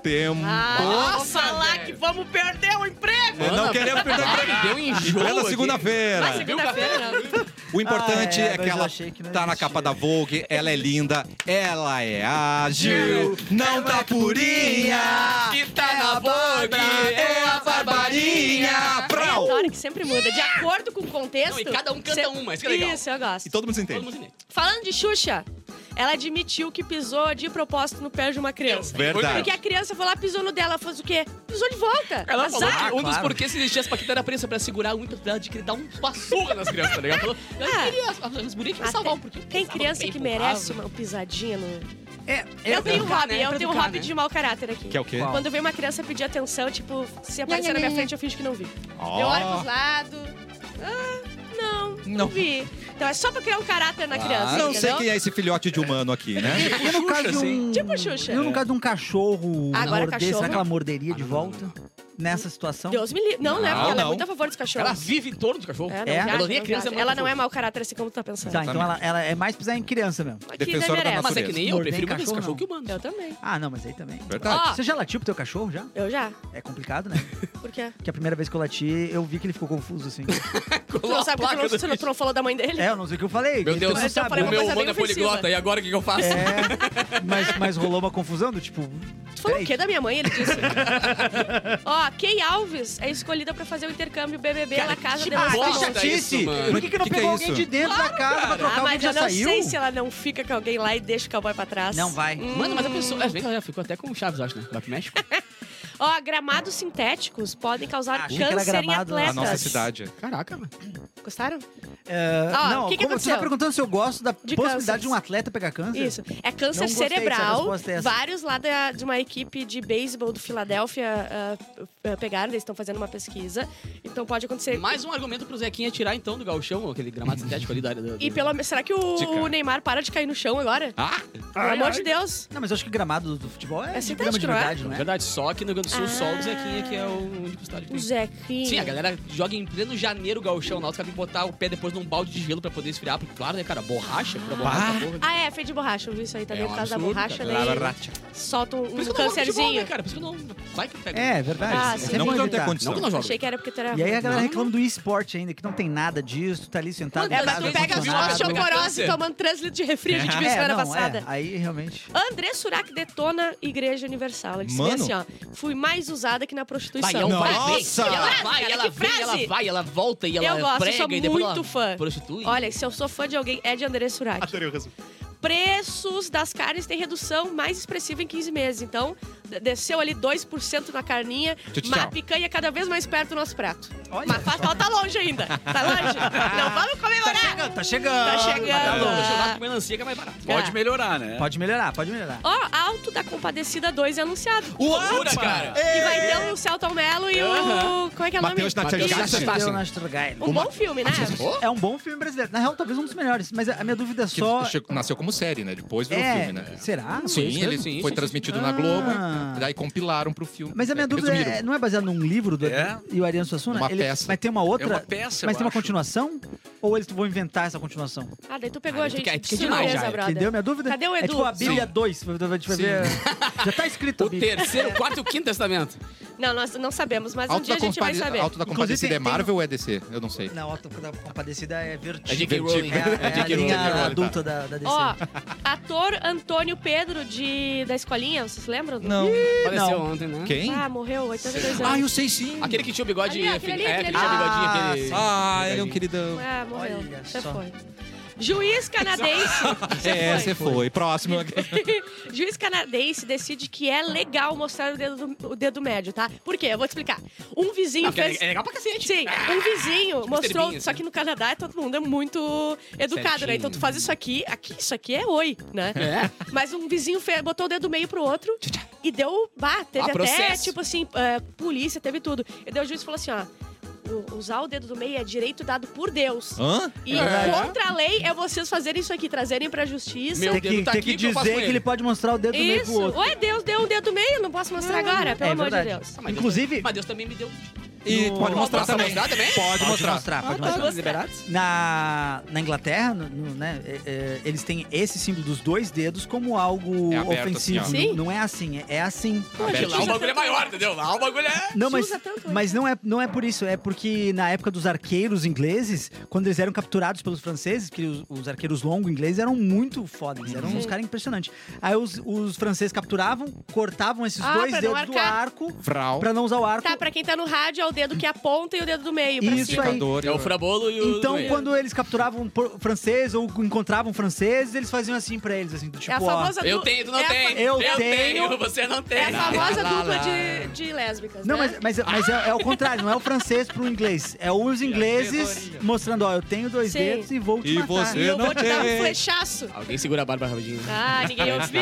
Tempo.
Ah, vamos
Nossa,
falar
velho.
que vamos perder o emprego!
Eu não queremos perder
Ah,
emprego.
me Deu um enjoo.
Pela
aqui.
Ah,
segunda-feira.
segunda-feira.
O importante
Ah, é,
é,
mas
que
eu
ela
achei que não
tá na
existia.
capa da Vogue, ela é linda, ela é ágil, não tá purinha.
Que tá na boca,
É a barbarinha. Prau!
Retórica sempre muda, de acordo com o contexto.
Não, e cada um canta
cê-
uma, isso que é legal.
Isso, eu gosto.
E todo mundo se
Todo
entende.
mundo entende.
Falando de Xuxa, ela admitiu que pisou de propósito no pé de uma criança. Porque
Verdade.
a criança foi lá, pisou no dela, fez o quê? Pisou de volta.
Ela falou
Azar.
que um dos
claro.
porquês que existia as paquitas era prensa pra segurar o ímpeto dela de querer dar um passurra nas crianças, tá ligado? Falou,
Ah.
ah, queria, as gurias queriam
Até-
salvar o porquê.
Tem criança que merece uma pisadinha no.
É,
Eu,
é-
tenho um
educar,
hobby,
né?
eu
Pra
tenho um
educar,
hobby
né?
de mau caráter aqui.
Que é o quê?
Qual?
Quando vem uma criança pedir atenção, tipo, se aparecer na minha frente, eu finjo que não vi. Eu olho pros lados. Ah, não, não,
Não.
vi. Então é só pra criar um caráter na criança.
Não sei
entendeu?
quem é esse filhote de humano aqui, né?
<laughs>
E no caso de um.
Tipo Xuxa.
E no caso de um cachorro
Ah, agora
morder,
cachorro
será que ela
não.
morderia de volta? Nessa situação?
Deus me livre. Não, né? Porque
Não,
ela é
não.
muito a favor dos cachorros.
Ela vive em torno de cachorro.
É, não,
É?
viaja,
Ela odeia
não
criança,
viaja.
mas
Ela
não
não é mau caráter assim como tu tá pensando.
Tá, então ela, ela é mais pisar em criança mesmo.
Aqui
Defensora da
merece.
Mas é que nem eu,
Morder
prefiro muito mais
cachorro,
cachorro
não.
que humano.
Eu também.
Ah, não, mas aí também.
Verdade.
Ó.
Você já latiu pro teu cachorro já?
Eu já.
É complicado, né?
Por quê?
Porque a primeira vez que eu lati, eu vi que ele ficou confuso, assim.
Tu não sabe porque tu não- tu não, tu não falou da mãe dele?
é, eu não sei o que eu falei.
Meu
ele
Deus,
também não
Então eu
sabe.
falei
o
uma
meu
coisa
humano
bem
é
ofensiva.
poliglota, e agora o que que eu faço?
É, mas, mas rolou uma confusão do tipo.
Tu falou
peraí.
o quê da minha mãe? Ele
<laughs>
disse. Ó, Kay Alves é escolhida pra fazer o intercâmbio BBB na casa de Los
bosta
Ah, que
isso,
Angeles.
chatice!
mano.
Por que, que não
Que que é
pegou alguém
isso?
de dentro da casa pra
Ah,
trocar o que
mas eu
já
não
saiu?
sei se ela não fica com alguém lá e deixa o cowboy pra trás.
Não vai.
Mano, mas a pessoa.
Hum.
Às vezes ela já ficou até com o Chaves, eu acho, né? Vai pro México.
Ó, gramados sintéticos podem causar
Ah, Achei que era
câncer em
gramado né? lá.
atletas.
A nossa cidade.
Caraca, mano.
Gostaram?
É,
Ó,
não,
o que que
como você tá
aconteceu?
perguntando se eu gosto da
De
possibilidade
cânceres.
de um atleta pegar câncer?
Isso. É
Não
câncer
gostei dessa
cerebral.
resposta, essa.
Vários lá da- de uma equipe de beisebol do Filadélfia ah, pegaram, eles estão fazendo uma pesquisa. Então pode acontecer.
Mais um argumento pro Zequinha tirar então do galchão, aquele gramado sintético ali da área. do-
E
do-
pelo menos. Será que o,
Dica.
o Neymar para de cair no chão agora?
Ah!
Pelo amor de Deus.
Não, mas eu acho que gramado do futebol é,
É
de grama
sintético,
de
não é?
verdade, não é?
Verdade, só que no Rio Grande do Sul,
Ah.
só o Zequinha que é o único estádio que
O
tem.
Zequinha.
Sim, a galera joga em pleno janeiro o gauchão náutico, tem que botar o pé depois num balde de gelo pra poder esfriar, porque claro, né, cara, borracha pra borracha essa porra.
Ah, é, feio de borracha. Eu vi isso aí também
É um
por causa
absurdo,
da borracha,
cara.
La
daí
Barracha.
solta um,
Por isso
um
que eu não gosto de futebol,
câncerzinho.
né, cara? Por isso que eu não... Vai que pega.
É, verdade.
Ah,
É
sim.
sempre
Não
bom
que não
evitar.
tenha
Não
condição.
que eu não jogo.
Achei que era porque tu era.
E aí a
ruim.
galera
Não.
reclama do esporte ainda, que não tem nada disso, tu tá ali sentado.
É, mas
com nada
tu pega as
ar-condicionado.
pessoas
ar-condicionado.
osteoporose
é
tomando 3 litros de refri, a gente viu
É,
semana
não, é.
passada.
Aí realmente.
André Surak detona Igreja Universal. Ela disse bem
Mano.
assim, ó. Fui mais usada que na prostituição.
Vai, ela vai, vem,
Nossa!
é um ela
Frase,
vai,
cara,
ela
que
vem, ela
frase!
vai, ela volta e ela
Eu gosto,
prega
sou
e depois
muito
ela
fã.
prostitui.
Olha, se eu sou fã de alguém, é de André Surak.
Adorei o resumo.
Preços das carnes têm redução mais expressiva em 15 meses. Então, d- desceu ali 2% na carninha,
Tchau, tchau,
mas a
tchau.
picanha é cada vez mais perto do nosso prato.
Olha
mas faz- ela tá longe ainda. Tá longe? Não vamos comemorar!
Tá chegando.
Ah,
Tá
Tá louco, chocolate com
chegando!
melancia que é mais barato.
Pode
É.
melhorar, né?
Pode melhorar, pode melhorar.
Ó, Alto da Compadecida 2 é anunciado.
Loucura, cara.
E vai ter o Celton Mello e o. Como é que é o nome?
Mateus
Mateus
Natchergasse.
Natchergasse.
Deu
assim.
na Astrogaia.
Um bom filme,
Ah,
né?
É um bom filme brasileiro. Na real, talvez um dos melhores. Mas a minha dúvida é
Que
só.
chegou- nasceu como série, né? Depois virou
É,
filme, né?
será?
Sim,
Sim,
isso
ele
mesmo, sim,
foi
sim,
transmitido
sim.
na Globo,
Ah.
daí compilaram pro filme.
Mas a minha
É,
dúvida
resumiram.
é, não é baseado num livro do
É.
e o Ariano Suassuna?
Uma
Ele-
peça.
Mas tem uma outra?
É uma peça,
Mas
eu
tem uma
acho.
continuação? Ou eles vão inventar essa continuação?
Ah, daí tu pegou
Ah,
a
tu
gente.
quer- tu quer
de
demais
surpresa,
já,
brother.
Entendeu? é Minha dúvida
Cadê o
é
Edu?
tipo a Bíblia 2. A gente vai ver. Já tá escrito.
O
a Bíblia.
terceiro, quarto e o quinto testamento.
Não, nós não sabemos, mas um
Alto
dia
da,
a gente vai
Compadecida-
saber.
Alto da
Inclusive,
Compadecida é
tem- tem-
Marvel ou é DC? Eu não sei.
Não, a Auto da Compadecida é
É
vertigo.
J.K. Rowling.
É, a- é a
J.K.
linha
Rowling, tá.
adulta da, da DC.
Ó, ator Antônio Pedro de da escolinha, vocês lembram? do-
Faleceu
Não.
ontem, né?
Quem?
Ah, morreu, 82
Ah,
anos.
eu sei sim.
Aquele que tinha o bigode...
Ali, aquele ali,
é,
aquele
que tinha o
ali.
bigodinho,
Ah,
aquele...
Ah, ele é um
Bigodinho.
queridão.
Ah, morreu.
Olha
Você
só.
foi. Juiz
<laughs>
canadense. Você
É,
foi.
você foi. Próximo.
Juiz canadense decide que é legal mostrar o dedo, do- o dedo médio, tá? Por quê? Eu vou te explicar. Um vizinho
Ah, porque
fez.
É legal pra cacete.
Sim,
Ah,
um vizinho
tipo
mostrou.
estribinhas,
só
assim.
né?
que no Canadá todo mundo é muito educado, né?
Certinho.
Então tu faz isso aqui, aqui, isso aqui é oi,
<laughs>
né?
É.
Mas um vizinho fe- botou o dedo do meio pro outro e deu. Bah, teve
Ah,
até,
processo.
tipo assim, é, polícia, teve tudo. E daí o juiz falou assim: ó. o- Usar o dedo do meio é direito dado por Deus.
Ah,
Hã?
E
É.
contra a lei é vocês fazerem isso aqui, trazerem pra justiça.
Meu
Tem
dedo
que,
tá
tem
aqui,
que
o que eu faço
dizer
com
que
ele?
ele pode mostrar o dedo do meio pro
Isso.
outro.
Ué, Deus deu um dedo do meio, não posso mostrar agora, pelo
é
amor de
verdade.
Deus.
Ah, mas Deus
Inclusive-
também- Mas Deus também me deu...
E
no-
pode mostrar
Posso
também.
mostrar também?
Pode,
Pode
mostrar.
mostrar, pode
Mas
mostrar.
somos liberados?
Na, na Inglaterra, no- no- né, é- é, eles têm esse símbolo dos dois dedos como algo
É aberto,
ofensivo.
assim,
ó. Sim.
Não, não é assim, é, é assim.
Poxa,
Abertinho.
Lá o bagulho é maior, entendeu? Lá o bagulho é.
Não,
Se
mas,
usa tanto, né?
mas não, é, não é por isso. É porque na época dos arqueiros ingleses, quando eles eram capturados pelos franceses, porque os, os arqueiros longos ingleses eram muito foda, eles eram
Uhum.
uns caras impressionantes. Aí os, os franceses capturavam, cortavam esses
Ah,
dois
pra não
dedos do
arcar.
arco
Vral.
pra não usar o arco.
Tá, pra quem tá no rádio, é o dedo que aponta e o dedo do meio. Pra
Isso
cima.
aí.
Indicador e
É o
o-
frabolo e o.
Então,
doente.
quando eles capturavam por- francês ou encontravam franceses, eles faziam assim pra eles, assim, do tipo,
é a
ó,
famosa
Eu
du-
tenho, tu não
é a fa-
tem.
eu tenho.
você não tem.
É a famosa
Lá, lá,
dupla
lá.
de, de lésbicas,
Não,
né?
mas, mas, mas é, é o contrário, não é o francês pro inglês. É os ingleses
teoria.
mostrando, ó, eu tenho dois
Sim.
dedos e vou te
E
matar.
você
E eu
não
vou te
é,
dar um
tem.
flechaço.
Alguém segura a barba rapidinho.
Ah,
<laughs>
ninguém ouviu.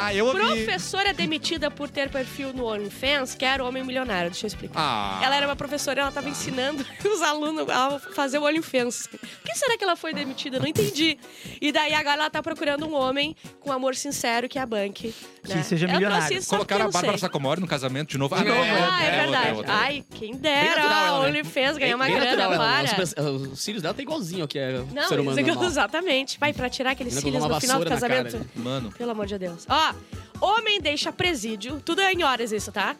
Ah, eu ouvi.
Professora demitida por ter perfil no OnlyFans, quer homem milionário. Deixa eu explicar.
Ah.
Ela era uma professora, ela tava ensinando <laughs> os alunos a fazer o OnlyFans. Por que será que ela foi demitida? Eu Não entendi. E daí agora ela tá procurando um homem com amor sincero que é a né? banque.
Que seja milionário.
Colocaram a Bárbara
saco.
Sacomori no casamento de novo.
Ah,
não,
é,
outra, outra,
verdade.
outra.
Ai, quem
Bem
dera.
natural ela,
a
né?
OnlyFans ganhar uma
Bem
grana,
natural é ela. né?
para.
Os, os- os cílios dela tá igualzinho aqui, é
Não,
ser humano
eles-
normal.
exatamente. Vai, pra tirar aqueles
Ainda
cílios
colocou uma
no final do
vassoura na
casamento.
cara.
Mano.
Pelo amor de Deus. Ó, homem deixa presídio. Tudo é em horas isso, tá?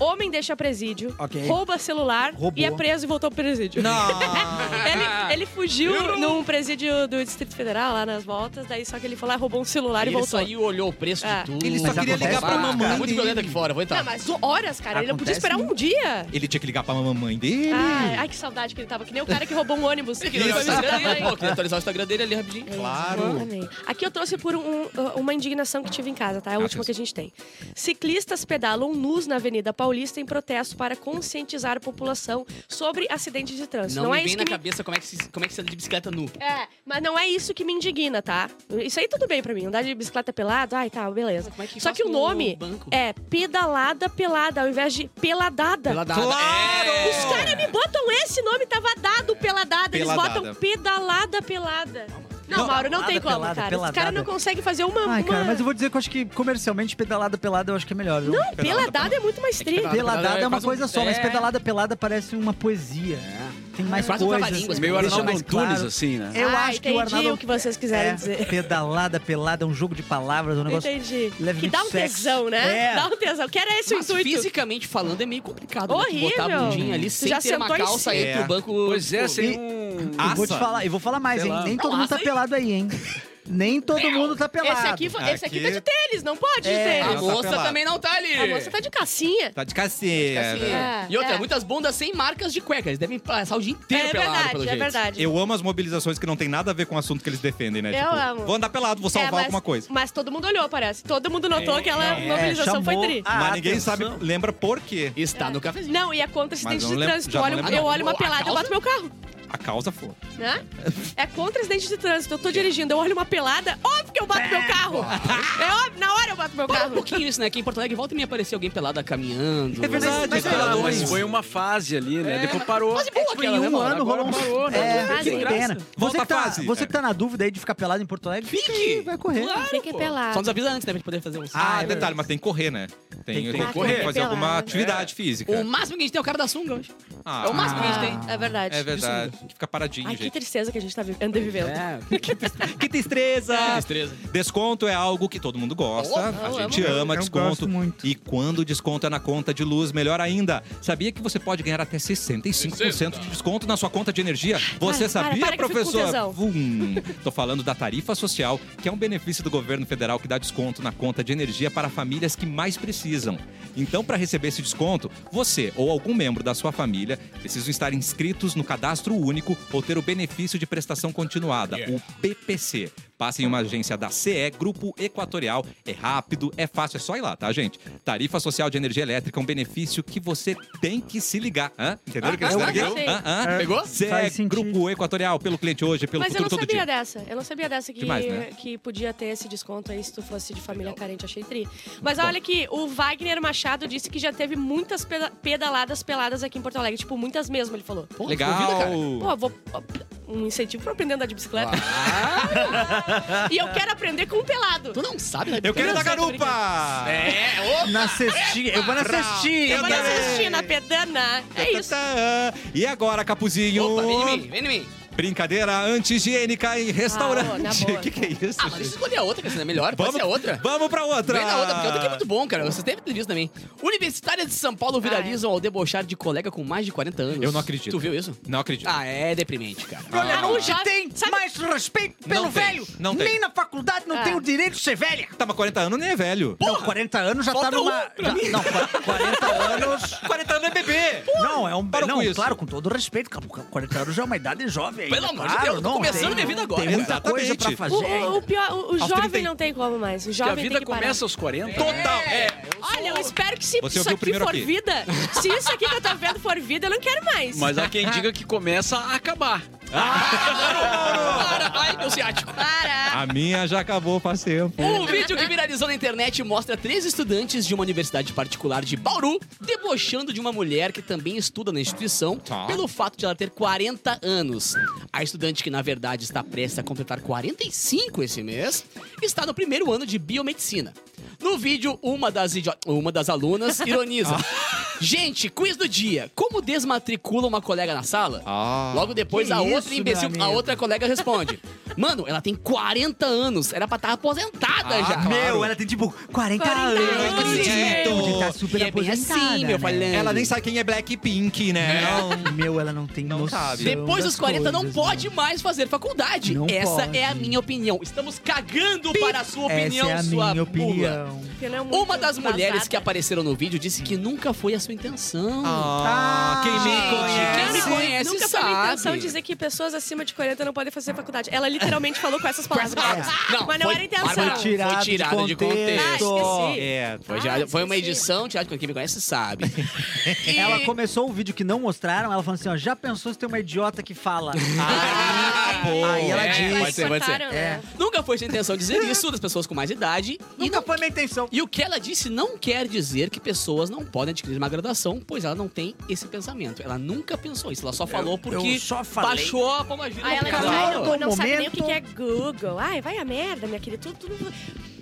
Homem deixa presídio,
Ok.
rouba celular
Roubou.
e é preso e voltou pro presídio. Ah. ele, ele fugiu num presídio do Distrito Federal, lá nas voltas, daí só que ele foi lá, roubou um celular e
Ele
voltou.
saiu, olhou o preço
É.
de tudo.
Ele só
Mas
queria
acontece,
ligar pra
cara.
mamãe
Tá muito
dele.
violento aqui fora, vou
Não,
entrar.
mas horas, cara. Ele podia
Acontece
esperar um dia.
Ele tinha que ligar pra mamãe dele.
Ai, ai, que saudade que ele tava. Que nem o cara que roubou um ônibus.
Queria <laughs> olhar o
Isso.
Instagram dele, pô, queria atualizar o Instagram dele ali rapidinho.
É
Claro.
Amei. Aqui eu trouxe por um- uh, uma indignação que tive em casa, tá? É a
Ah,
última que a gente tem. Ciclistas pedalam nus na Avenida Paulista em protesto para conscientizar a população sobre acidentes de trânsito.
Não,
Não,
me
é
vem
isso
na
que me...
cabeça como é que se, como é que se anda de bicicleta nu.
É, mas não é isso que me indigna, tá? Isso aí tudo bem pra mim. Andar de bicicleta pelado, ai, tá, beleza.
Como é que
Só
faz
que o
com
nome
banco?
é pedalada pelada, ao invés de peladada.
Pela dada.
Claro!
É.
Os caras me botam esse nome, tava dado peladada. Eles
Peladada.
botam pedalada pelada. Não,
Não,
Mauro, não tem como,
pelada,
cara. Os
peladada.
caras não conseguem fazer uma.
Ai,
uma-
cara, mas eu vou dizer que eu acho que comercialmente pedalada pelada eu acho que é melhor. viu?
Não, peladada é muito mais triste.
Pedalada,
Peladada
pedalada
é
é
uma
quase um-
coisa só, mas
é.
pedalada pelada parece uma poesia. Tem mais
É
Quase um
coisas.
assim.
trava-línguas,
Meio
deixa
Arnaldo
mais
Antunes,
claro.
assim, né?
Eu
Ah,
acho que o
entendi
Arnaldo
o que vocês quiserem
é,
dizer.
pedalada pelada é um jogo de palavras, é um negócio
Entendi. Que
levemente
dá um
sexy.
tesão, né?
É.
Dá um tesão. Que era esse o
Mas
intuito.
fisicamente falando é meio complicado. né? Tu
Horrível.
Botar a bundinha ali
Tu
sem
já
ter uma
sentou em
calça
cima.
aí pro banco.
Pois é,
tipo,
sem um.
Eu vou te
Aça.
falar, e vou falar mais,
Sei
hein?
lá.
Nem todo
Não,
mundo tá
aça, hein?
pelado aí, hein? Nem todo mundo tá pelado.
Esse aqui, fa- esse aqui tá de
Aqui.
tênis, não pode de
É.
A
Ela
tênis.
tá
moça
pelada.
também não tá ali.
A moça tá de cassinha.
Tá de cacinha.
Assim,
velho.
É,
E outra,
é.
muitas bundas sem marcas de cueca. Eles devem passar o dia inteiro
É
pelado,
verdade,
pelo
é
jeito.
verdade.
Eu amo as mobilizações que não tem nada a ver com o assunto que eles defendem, né?
Eu amo.
Vou andar pelado, vou salvar
É, mas-
alguma coisa.
Mas todo mundo olhou, parece. Todo mundo notou que ela
É,
mobilização foi
chamou
tri.
a
mas ninguém
atenção.
sabe, lembra por quê.
Está Tá no cafezinho.
Não, e é contra acidente
não
de
lembro-
trânsito.
já
Eu
não
olho,
lembro.
eu olho uma
A
pelada e eu
causa?
boto meu carro.
A causa foi.
né?
<laughs>
É contra acidente de trânsito. Eu tô dirigindo, eu olho uma pelada, óbvio que eu bato meu carro. É óbvio, na hora eu bato meu
Para um <laughs>
carro.
pouquinho isso, né? Aqui em Porto Alegre volta e me aparecer alguém pelada caminhando. assim,
É verdade,
Mas-
mas
mas-
Ah,
Não,
mas
mas-
foi uma fase ali, né? Depois parou.
Mas boa
Tipo, em
aquela, né,
um
mano?
ano
Agora
rolou um...
parou,
É,
né?
Fase.
que pena.
Volta
Você que, tá,
a fase.
você que tá na dúvida aí de ficar pelado em Porto Alegre, fique,
Fique.
vai correr.
Fiquei pelado.
Só nos avisa antes, né? Pra gente poder fazer um.
Ah,
é
detalhe,
verdade.
mas tem que correr, né? Tem,
Tem que
tem
correr.
que correr, fazer
Pelado.
alguma atividade física.
O máximo que a gente tem é o cara da sunga hoje.
Ah,
é o máximo que a gente tem.
né? É. Um, É verdade.
É verdade. Tem que ficar paradinho,
Ai, que
gente.
tristeza que a gente tá vive- anda vivendo.
Que
<laughs> É,
tristeza!
destreza.
Desconto é algo que todo mundo gosta.
Oh,
a
eu
gente
amo.
ama
Eu
desconto.
gosto muito.
E quando o desconto é na conta de luz, melhor ainda. Sabia que você pode ganhar até 65% de desconto na sua conta de energia? Você
para,
sabia,
para que eu fico com
professor?
tesão.
Vum. Tô falando da tarifa social, que é um benefício do governo federal que dá desconto na conta de energia para famílias que mais precisam. Então, para receber esse desconto, você ou algum membro da sua família precisam estar inscritos no cadastro único ou ter o benefício de prestação continuada, o BPC. Passe em uma agência da CE Grupo Equatorial. É rápido, é fácil, é só ir lá, tá, gente? Tarifa social de energia elétrica é um benefício que você tem que se ligar. Hã? Entenderam o que eu É, disse
Ah, ah,
aqui?
eu sei.
Hã? Hã?
Pegou?
CE
Faz sentido.
Grupo Equatorial, pelo cliente hoje, pelo
Mas eu
futuro
não
todo
sabia
dia.
dessa. Eu não sabia dessa que,
Demais, né?
que podia ter esse desconto aí se tu fosse de família carente. Achei tri. Mas olha que o Wagner Machado disse que já teve muitas peda- pedaladas peladas aqui em Porto Alegre. Tipo, muitas mesmo, ele falou.
Pô,
Legal.
convida, cara.
Pô, vou. um incentivo pra aprender a andar de bicicleta. <laughs> e eu quero aprender com um pelado.
Tu não sabe, né?
Eu quero da
sei, tô
garupa!
É, ô!
Na cestinha. Eu vou na cestinha.
Eu vou
também.
assistir na pedana. É isso.
Tã, tã. E agora, Capuzinho?
Opa, vem em mim, vem em mim.
Brincadeira anti-higiênica em
Ah, ô, na
<laughs> restaurante.
boa.
que, que é isso,
Ah, mas
gente?
escolher a outra, que essa não é melhor. Pode ser a outra.
Vamos pra outra.
Vem na outra, porque a outra aqui é muito bom, cara. Vocês devem ter visto também. Universitárias de São Paulo viralizam ao debochar de colega com mais de 40 anos.
Eu não acredito.
Tu viu isso?
Não acredito.
Ah, é deprimente, cara.
Olha,
Ah,
não se
já-
tem
sabe-
mais respeito pelo
Não tem,
velho.
não tem.
Nem na faculdade não
Ah.
tem o direito de ser velha.
Tá, mas 40 anos nem é velho.
Não, 40 anos já
Falta
tá numa.
um pra
já-
mim.
não, qua- 40
<laughs>
anos.
40 anos é bebê.
Não, é um
Para
Não,
com isso.
claro, com todo respeito, cara, 40 anos já é uma idade jovem. ainda,
Pelo amor de
claro,
Deus, eu tô
não,
começando
tem-
minha vida agora.
Tem muita
Exatamente.
coisa pra
O,
fazer.
o- o pior, o, o
Aos
jovem
30.
não tem como mais. O
Porque a
jovem
vida
tem que parar.
começa aos 40.
Total. É.
Olha, eu espero que se
Você
isso
ouviu
aqui
primeiro
for
aqui.
vida, se isso aqui que eu tô vendo for vida, eu não quero mais.
Mas há quem diga que começa a acabar.
Para! Ai, meu ciático.
Para!
A minha já acabou faz tempo.
Um vídeo que viralizou na internet mostra três estudantes de uma universidade particular de Bauru debochando de uma mulher que também estuda na instituição
Tá.
pelo fato de ela ter 40 anos. A estudante, que na verdade está prestes a completar 45 esse mês, está no primeiro ano de biomedicina. No vídeo, uma das, idio- uma das alunas
<laughs>
ironiza.
Ah.
Gente, quiz do dia. Como desmatricula uma colega na sala?
Ah.
Logo depois,
Que
a
isso,
outra
meu
imbecil, a
amigo.
outra colega responde. Mano, ela tem 40 anos, era pra estar aposentada
Ah,
já.
claro.
Meu, ela tem tipo 40,
40
anos.
anos,
gente.
Tá
E
super
é bem
aposentada,
assim, meu
né?
falando.
Ela nem sabe quem é Blackpink,
É.
né? Não.
Meu, ela não tem
Não
noção
sabe.
Depois
das
dos 40 não
coisas,
pode
né?
mais fazer faculdade.
Não
Essa
pode.
é a minha opinião. Estamos cagando para a sua opinião,
Essa é a
sua
minha
mula.
opinião.
Porque não é muito
Uma das mulheres
vazada.
que apareceram no vídeo disse que nunca foi a sua intenção.
Ah, quem me
gente,
conhece.
quem me conhece
Nunca foi minha
sabe.
intenção dizer que pessoas acima de 40 não podem fazer faculdade. Ela literalmente falou com essas palavras.
Não,
Mas não
foi-
era a intenção.
Bárbara,
Foi tirado
foi
de
tirado de
contexto.
Ah,
contexto.
esqueci.
É,
Foi,
Ah,
já- foi uma
esqueci.
edição, Tiago, quem me conhece sabe. E-
Ela começou um vídeo que não mostraram, ela falou assim, ó, já pensou se tem uma idiota que fala?
Ah, boa.
Aí ela É.
É,
diz.
pode ser, pode ser.
Cortaram, né?
Nunca foi sua intenção dizer isso das pessoas com mais idade. E,
Nunca foi minha intenção.
e o que ela disse não quer dizer que pessoas não podem adquirir uma graduação, pois ela não tem esse pensamento. Ela nunca pensou isso. Ela só falou porque
eu só falei.
baixou a pombagira.
Aí ela "Ah,
Não,
não,
cara,
ai,
não,
não, não sabe nem o
momento.
que que é Google. Ai, vai a merda, minha querida. Tudo, tudo...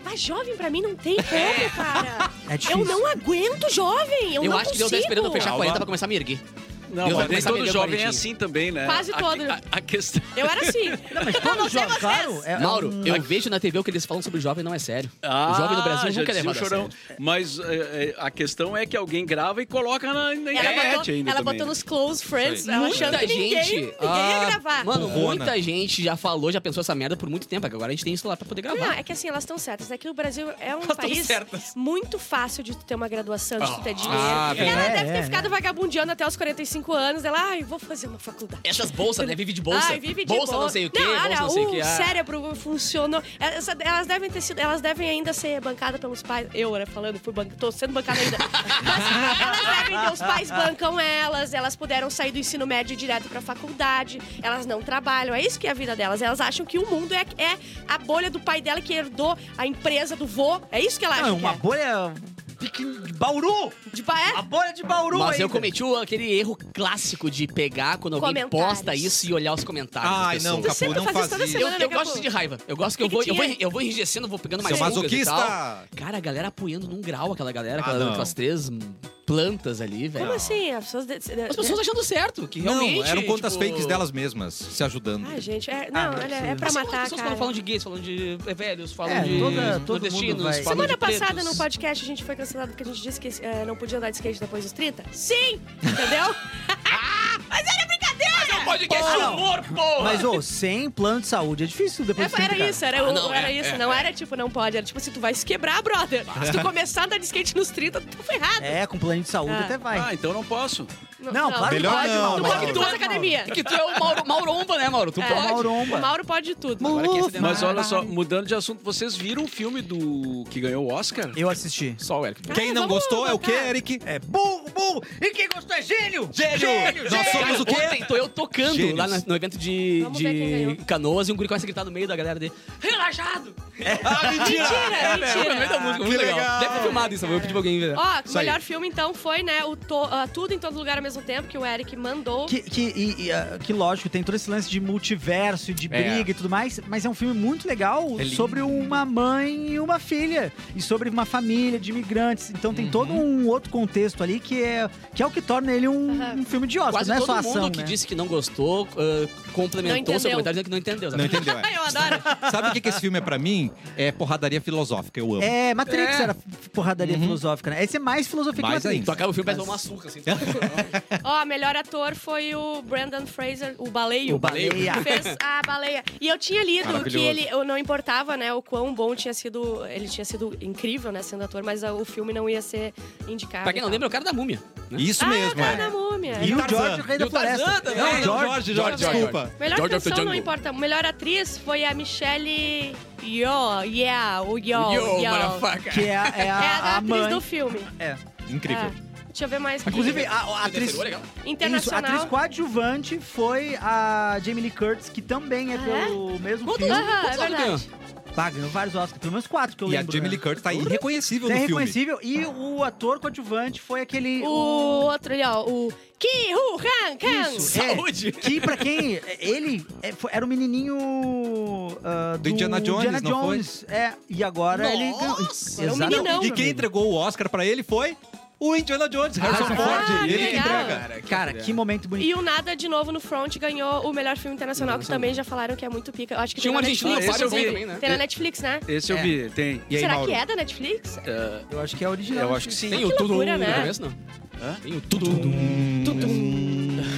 Mas jovem pra mim não tem como, cara.
É
Eu
difícil.
não aguento jovem. Eu,
Eu
não
acho que Deus
consigo.
tá esperando eu fechar
Calma.
40 pra começar a me erguer.
Não,
Deus vai
mas nem
começar a
todo
vender
jovem é
quarentinho.
assim também, né?
Quase
A-
todo.
A, a questão...
Eu era assim.
Não, mas quando
sei
joga,
vocês.
claro. é- é
Mauro,
um-
eu vejo na TV o que eles falam sobre jovem não é sério.
Ah,
o jovem no Brasil
já
nunca é
dizia o
levado a
chorão.
sério.
Mas é, é, a questão é que alguém grava e coloca na, na
Ela
internet
botou,
ainda
ela
também. né?
botou nos close friends,
Isso
ela achando que
Muita
ninguém,
gente.
ninguém
ah,
ia gravar.
Mano,
Porrona.
muita gente já falou, já pensou essa merda por muito tempo. é que Agora a gente tem celular pra poder gravar.
Não, é que assim, elas estão certas. É que o Brasil é um
tão
país
certas.
muito fácil de tu ter uma graduação, de tu ter dinheiro.
ah,
ela
verdade.
deve
É,
ter
é,
ficado vagabundeando até os 45 anos. Ela, ai, vou fazer uma faculdade.
Essas bolsas, né? Vive de bolsa.
Ai, vive de
bolsa
boa.
não sei o quê,
Não,
bolsa
olha,
não sei o quê.
o
Ah.
cérebro funcionou. Elas, elas devem ter sido, elas devem ainda ser bancadas pelos pais. Eu, né, falando, fui banca, tô sendo bancada ainda. <laughs> Mas elas devem ter, os pais bancam elas, elas puderam sair do ensino médio direto pra faculdade, elas não trabalham, é isso que é a vida delas. Elas acham que o mundo é, é a bolha do pai dela que herdou a empresa do vô. É isso que ela acha
Não, é
que Tipo,
uma
é.
bolha pequen- de Bauru.
De pai,
A bolha de Bauru
Mas
ainda.
eu cometi o- aquele erro clássico de pegar quando alguém
Comentários.
posta isso e olhar os comentários. das
Ai, não,
pessoas.
Capu,
sempre
não
faz
faz
isso toda
isso.
Eu,
semana.
eu
Capu.
gosto de raiva. Eu gosto que,
Que
eu, vou,
que
eu, vou,
tinha?
eu vou enrijecendo, vou pegando mais
Seu
rugas e tal.
masoquista.
Cara, a galera apoiando num grau aquela galera,
Ah,
aquela,
não.
aquelas três plantas ali, velho.
Como assim? As pessoas. de- de-
As pessoas achando certo, que realmente.
Não, eram contas
tipo,
fakes delas mesmas, se ajudando.
Ah, gente, é, não,
não
olha,
sei.
é pra
Assim,
matar,
as pessoas falam-
cara.
falam de gays, falam de eh, velhos, falam
É,
de
toda- todo
nordestinos,
mundo vai-
falam
Semana
de pretos.
passada, no podcast, a gente foi cancelado porque a gente disse que eh, não podia andar de skate depois dos 30? Sim!
<laughs>
Entendeu? Mas era brincadeira!
É um podcast
Ah,
de
Porra.
humor, porra!
Mas, ô, sem plano de saúde é difícil depois de
Era,
30,
era
cara.
isso, era,
Ah,
o-
não,
era
é,
isso.
é,
não era tipo, não pode. Era tipo, se tu vai se quebrar, brother. Se tu começar a andar de skate nos 30, tu tá ferrado.
É, com plano de saúde
Ah.
até vai.
Ah, então não posso.
Não,
claro
Melhor
que pode,
não,
Mauro.
Tu
Mauro.
pode que tu faz academia.
É que tu é o Mauro, Mauromba, né, Mauro? Tu
É.
Pô,
pode.
O
Mauromba.
Mauro pode de tudo.
Agora que é esse demais.
é Mas olha só, mudando de assunto, vocês viram o filme do que ganhou o Oscar?
Eu assisti.
Só o Eric. Bana.
Quem
Ah,
não
vamos
gostou é o quê,
botar.
Eric?
É burro, burro. E quem gostou é gênio.
Gênio! Nós somos o quê?
Ontem tô eu tocando
Gênios.
lá na- no evento de,
Vamos ver quem
de
ganhou.
canoas e um guri começa a gritar no meio da galera dele. Relaxado! <laughs> É,
Ah, mentira!
No
Mentira,
meio da
mentira.
música,
que
muito legal.
legal.
Deve ter filmado isso, eu vou pedir pra alguém ver.
Ó, o
Isso aí.
melhor filme, então, foi, né, o to- ah, Tudo em Todo Lugar ao Mesmo Tempo, que o Eric mandou.
Que, que, e- e, ah, que lógico, tem todo esse lance de multiverso,
É.
e de briga e tudo mais, mas é um filme muito legal sobre uma mãe e uma filha. E sobre uma família de imigrantes. Então tem todo
Uhum.
um outro contexto ali que é, que é o que torna ele um,
Aham.
um filme de Oscar,
Quase
não é
todo
só
mundo
ação.
que
né?
disse que não gostou ah,
Não
complementou
entendeu.
seu comentário dizendo que não entendeu.
Não
exatamente.
entendeu, é.
Eu adoro.
Sabe o que, que esse filme é pra mim? É porradaria filosófica, eu amo.
É, Matrix
É.
era
Uhum.
porradaria filosófica, né? Esse é mais filosofia
Mais
que Matrix.
ainda.
Tu acaba o filme e pega um açúcar, assim.
Ó, melhor ator foi o Brandon Fraser, o baleio.
O baleio.
Que Fez a baleia. E eu tinha lido que
Maravilhoso.
ele eu não importava, né, o quão bom tinha sido. Ele tinha sido incrível, né, sendo ator, mas ah, o filme não ia ser indicado.
pra quem não lembra, é o cara da múmia.
Isso
ah,
mesmo,
o cara
é.
da múmia.
E o
Tarzan.
George, o rei
E
da
o Tarzan
floresta.
também.
Não, Jorge,
É,
Jorge,
George, Jorge.
desculpa.
Melhor
George of the
canção não
Jungle.
importa. Melhor atriz foi a Michelle Yeoh, yeah, o Yeoh,
Yo,
Yeoh.
motherfucker.
Que é, é
É a,
a, a
atriz
mãe.
do filme.
É.
Incrível.
Ah, deixa eu ver mais.
Inclusive, a, a
Ele é
atriz.
acertou, legal.
Isso, a
internacional.
atriz coadjuvante foi a Jamie Lee Curtis, que também é
Ah,
pelo mesmo
Quantos
filme.
Aham, é
Quantos anos
verdade.
Bah, ganhou vários Oscars, pelo menos quatro que eu
E a
lembro. né?
Jamie Lee Curtis tá irreconhecível
É
no filme.
reconhecível. E o ator coadjuvante foi aquele.
O outro ali, ó, o Ki Hu Han Kang.
Isso, é.
Saúde.
Que pra quem. Ele é, foi- era o menininho. ah, do,
Indiana Jones,
Indiana
não foi?
Jones. É, e agora ele. ganhou-
Nossa,
é um
Exatamente.
meninão.
E quem entregou o Oscar pra ele foi o Indiana Jones, Harrison
Ah,
Ford.
que
ele que
legal.
entrega.
Cara, que momento bonito.
E o Nada de novo no Front ganhou o melhor filme internacional, que também já falaram que é muito pica. Eu acho que
Tinha um
tem na
argentino,
Ah,
o
Netflix.
esse
Fábio
eu vi.
também, né?
Tem na Netflix, né?
Esse eu
É.
vi, tem.
E aí,
Será
Mauro?
que é da
<laughs>
Netflix?
Eu acho que é original.
Eu acho que sim.
Tem o
que
tudo
loucura,
no
né?
começo, não?
Hã?
Tem o tudo. Tudo.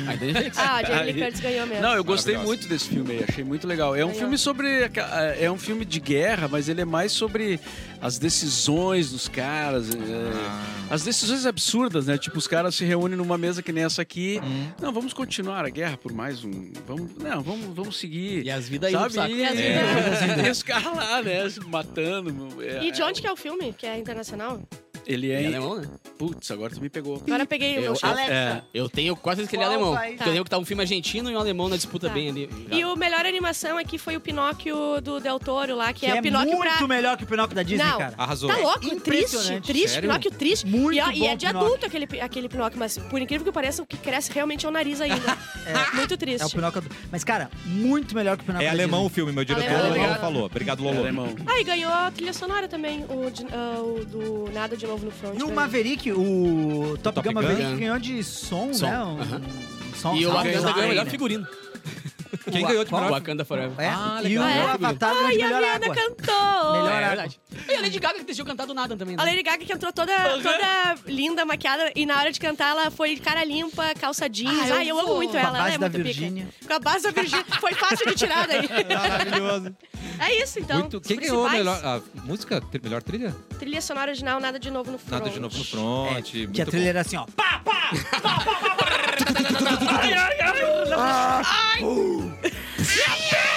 Aí tem Netflix.
Ah, a Jamie Lee
Aí-
Curtis ganhou mesmo.
Não, eu gostei
Maravilhosa.
muito desse filme aí, achei muito legal. É um
Legal.
filme sobre. aqua- É um filme de guerra, mas ele é mais sobre as decisões dos caras. é,
Tá
Ah.
As decisões absurdas, né? Tipo, os caras se reúnem numa mesa que nem essa aqui. Não, vamos continuar a guerra por mais um. Vamos, não, vamos, vamos seguir.
E as vidas aí no
Sabe?
saco.
E,
as
é. <laughs> e os caras lá, né? se Matando. é,
E de onde que é o filme, que é internacional?
Ele
Ele
é.
é alemão, né?
Putz, agora tu me pegou.
Agora eu peguei
Eu-
o...
É.
Eu tenho quase certeza que ele é
Qual
alemão.
vai-
Porque Eu lembro que tá um filme argentino e um alemão na disputa
Tá.
bem ali.
E o melhor animação aqui foi o Pinóquio do Del Toro lá, que,
Que
é, o Pinóquio
muito
pra...
melhor que o Pinóquio da Disney,
Não.
cara.
Arrasou.
Tá louco, triste,
Impressionante.
triste,
Sério?
Pinóquio triste.
Muito
e, ó, e
bom
é de
Pinóquio.
adulto aquele, aquele Pinóquio, mas por incrível que pareça, o que cresce realmente é o nariz ainda. <laughs> Muito triste.
<laughs> É o Pinóquio do... Mas, cara, muito melhor que o Pinóquio
É
da
alemão o
Disney.
filme, meu diretor
Alemão.
alemão
Obrigado.
falou. Obrigado,
É
Lolo.
alemão.
Ah, e ganhou a trilha sonora também, o, de- ah, o do Nada de Novo no Front.
E o
né?
Maverick, o Top,
Top
Gun
Gun.
Maverick ganhou de som,
Som,
né?
aham.
Um, um som,
E o
sound
Wakanda
design,
ganhou o melhor
né?
figurino.
Quem ganhou de
Qual?
melhor?
Wakanda Forever.
É.
Ah,
e o
legal.
Ah, é?
Avatar ganhou
Ai,
de
a
melhor
Rihanna
água.
cantou!
Melhor
É
água.
verdade. E a Lady Gaga que decidiu cantar do nada também, né?
A Lady Gaga que entrou toda, toda linda, maquiada, e na hora de cantar ela foi cara limpa, calça jeans.
Ah,
Ai,
eu
eu, amo
vou.
muito
Com a
ela, ela
base
é
da
muito pica.
Virgínia.
Com a base da Virgínia. Foi fácil de tirar daí.
Maravilhoso.
É isso, então.
Muito.
Os
Quem ganhou a
principais,
melhor a música? tri- Melhor trilha?
Trilha sonora original, nada de novo no front.
Nada de novo no front. muito
Que a trilha era assim, ó. Pá,
bom.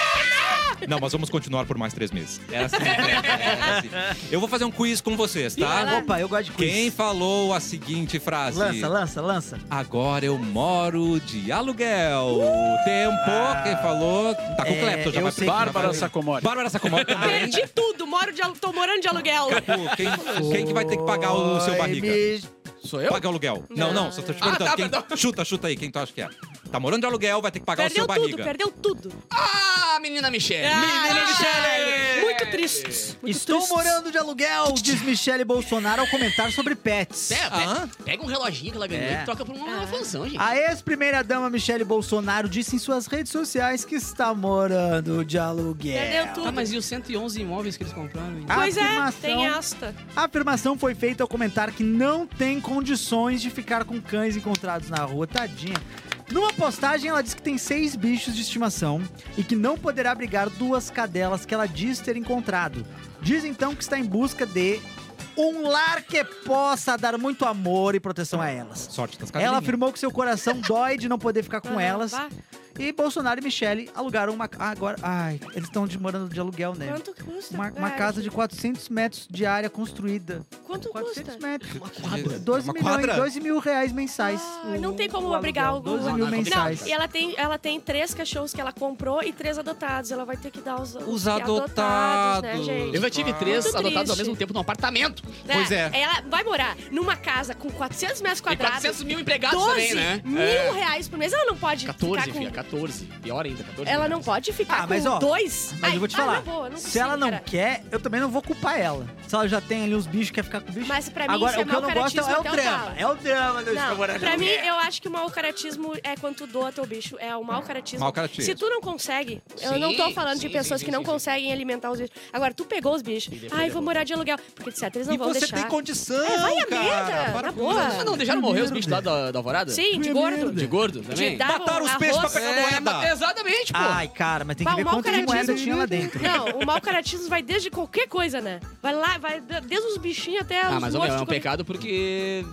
Não, mas vamos continuar por mais três meses. É assim. é assim. Eu vou fazer um quiz com vocês,
Vai
tá?
lá.
Opa, eu gosto de quiz.
Quem falou a seguinte frase?
Lança, lança, lança.
Agora eu moro de aluguel. Tempo quem falou. Tá com o
Ah. É,
Clepto, já
eu
vai
sei que- Ah,
Bárbara Sacomori.
Bárbara Sacomori
é.
também.
Perdi tudo, moro de, al- tô morando de aluguel.
Pô, quem, quem que vai ter que pagar o seu
Oi,
barriga?
bicho.
Sou eu?
Paga o aluguel. Não, não, só tô te perguntando.
Ah, tá,
quem-
perdão.
Chuta, chuta aí, quem tu acha que é? Tá morando de aluguel, vai ter que pagar
Perdeu
o seu
tudo,
barriga.
perdeu tudo.
Ah, menina Michelle.
Ah,
Michele!
Muito triste. Muito
Estou
triste.
morando de aluguel, diz Michele Bolsonaro ao comentar sobre pets.
É, pe-
Aham.
Pega um reloginho que ela ganhou
É.
e troca por uma
Ah.
função, gente.
A ex-primeira-dama Michele Bolsonaro disse em suas redes sociais que está morando de aluguel.
Perdeu tudo.
Ah, mas e os 111 imóveis que eles compraram? hein?
Ah,
Pois é,
Afirmação.
tem esta.
A afirmação foi feita ao comentar que não tem condições de ficar com cães encontrados na rua, tadinha. Numa postagem, ela diz que tem seis bichos de estimação e que não poderá abrigar duas cadelas que ela diz ter encontrado. Diz então que está em busca de um lar que possa dar muito amor e proteção a elas.
Sorte das
Ela
cadelinhas.
<laughs>
afirmou que seu coração dói de não poder ficar com
Ah,
elas
vá.
E Bolsonaro e Michele alugaram uma. Ah, agora. Ai, eles estão morando de aluguel, né?
Quanto custa?
Uma,
cara?
uma casa de 400 metros de área construída.
Quanto
400
É, custa?
metros.
quadra.
12
Uma
milhões,
quadra?
12 mil reais mensais.
Ah, não tem como
o
obrigar o
aluguel, 12 mil
Não,
mensais.
Não, e ela tem, ela tem três cachorros que ela comprou e três adotados. Ela vai ter que dar os,
Os
né,
adotados.
gente?
Eu já tive três adotados
Muito
ao
triste.
Ah, mesmo tempo num apartamento.
Né?
Pois é.
Ela vai morar numa casa com 400 metros
Tem
quadrados,
400 mil empregados
12
também, né?
mil reais por mês. Ela não pode
14,
ficar com...
filha, 14. Pior ainda, 14.
Ela
mil
não
reais.
pode ficar
Ah, mas,
com
ó,
dois.
Mas eu vou te
Ai, ah,
falar.
não vou, não
se
consigo,
ela não
cara.
quer, eu também não vou culpar ela. Se ela já tem ali os bichos, quer ficar com o bicho.
Mas pra mim
Agora,
isso é
o que eu não gosto
malcaratismo
é o
até o
drama.
talo.
É o drama do
Não,
namorado.
pra mim, eu acho que o mau caratismo é quando tu doa teu bicho. É o mau caratismo.
Mau caratismo.
Se tu não consegue, eu
Sim,
não tô falando de
sim,
pessoas
sim,
que
sim,
não
sim,
conseguem alimentar os bichos. Agora, tu pegou os bichos.
defendeu.
Ai, vou morar de aluguel. Porque, de certo, eles não
E
vão
você
deixar.
tem condição,
É, vai a
cara.
merda,
Para
na
com
boa.
isso.
Mas não, deixaram morrer os bichos lá da, da alvorada?
Sim, de gordo.
De gordo
De
também?
dar um
Mataram os peixes pra pegar
É,
moeda.
mas- Exatamente, pô.
Ai, cara, mas tem
Bah,
que ver
o mau
quantas
caratismo-
moedas tinha lá dentro.
é. Não, o mau caratismo vai desde qualquer coisa, né? Vai lá, vai da- desde os bichinhos até
Ah,
os
mas ô, meu, é
mortos.
um
de Covid.
pecado porque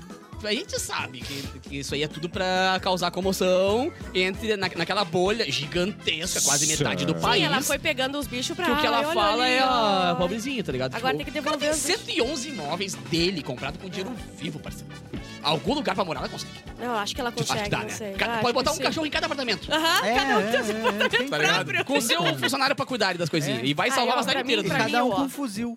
a gente sabe que, que isso aí é tudo pra causar comoção entre na- naquela bolha gigantesca, quase metade do país.
Sim, ela foi pegando os bichos pra...
que o que ela
Ai, olha
fala
ali,
é
ó.
a pobrezinha, tá ligado?
Agora tem que devolver
O cara
os
tem
bichos.
111 imóveis dele comprado com dinheiro vivo, parceiro. Algum lugar pra morar ela consegue.
Não, acho que ela
Acho que
consegue,
dá,
não
né?
sei. Ah,
Cada-
Acho
pode botar
que
um
sim.
cachorro em cada apartamento.
Aham,
É,
cada um
é,
tem
é, tem que-
Tá ligado? Com seu funcionário pra cuidar das coisinhas. E vai
Aí,
salvar
É. ó,
a cidade
pra mim-
inteira.
E
pra
também.
cada um
ó.
com um fuzil.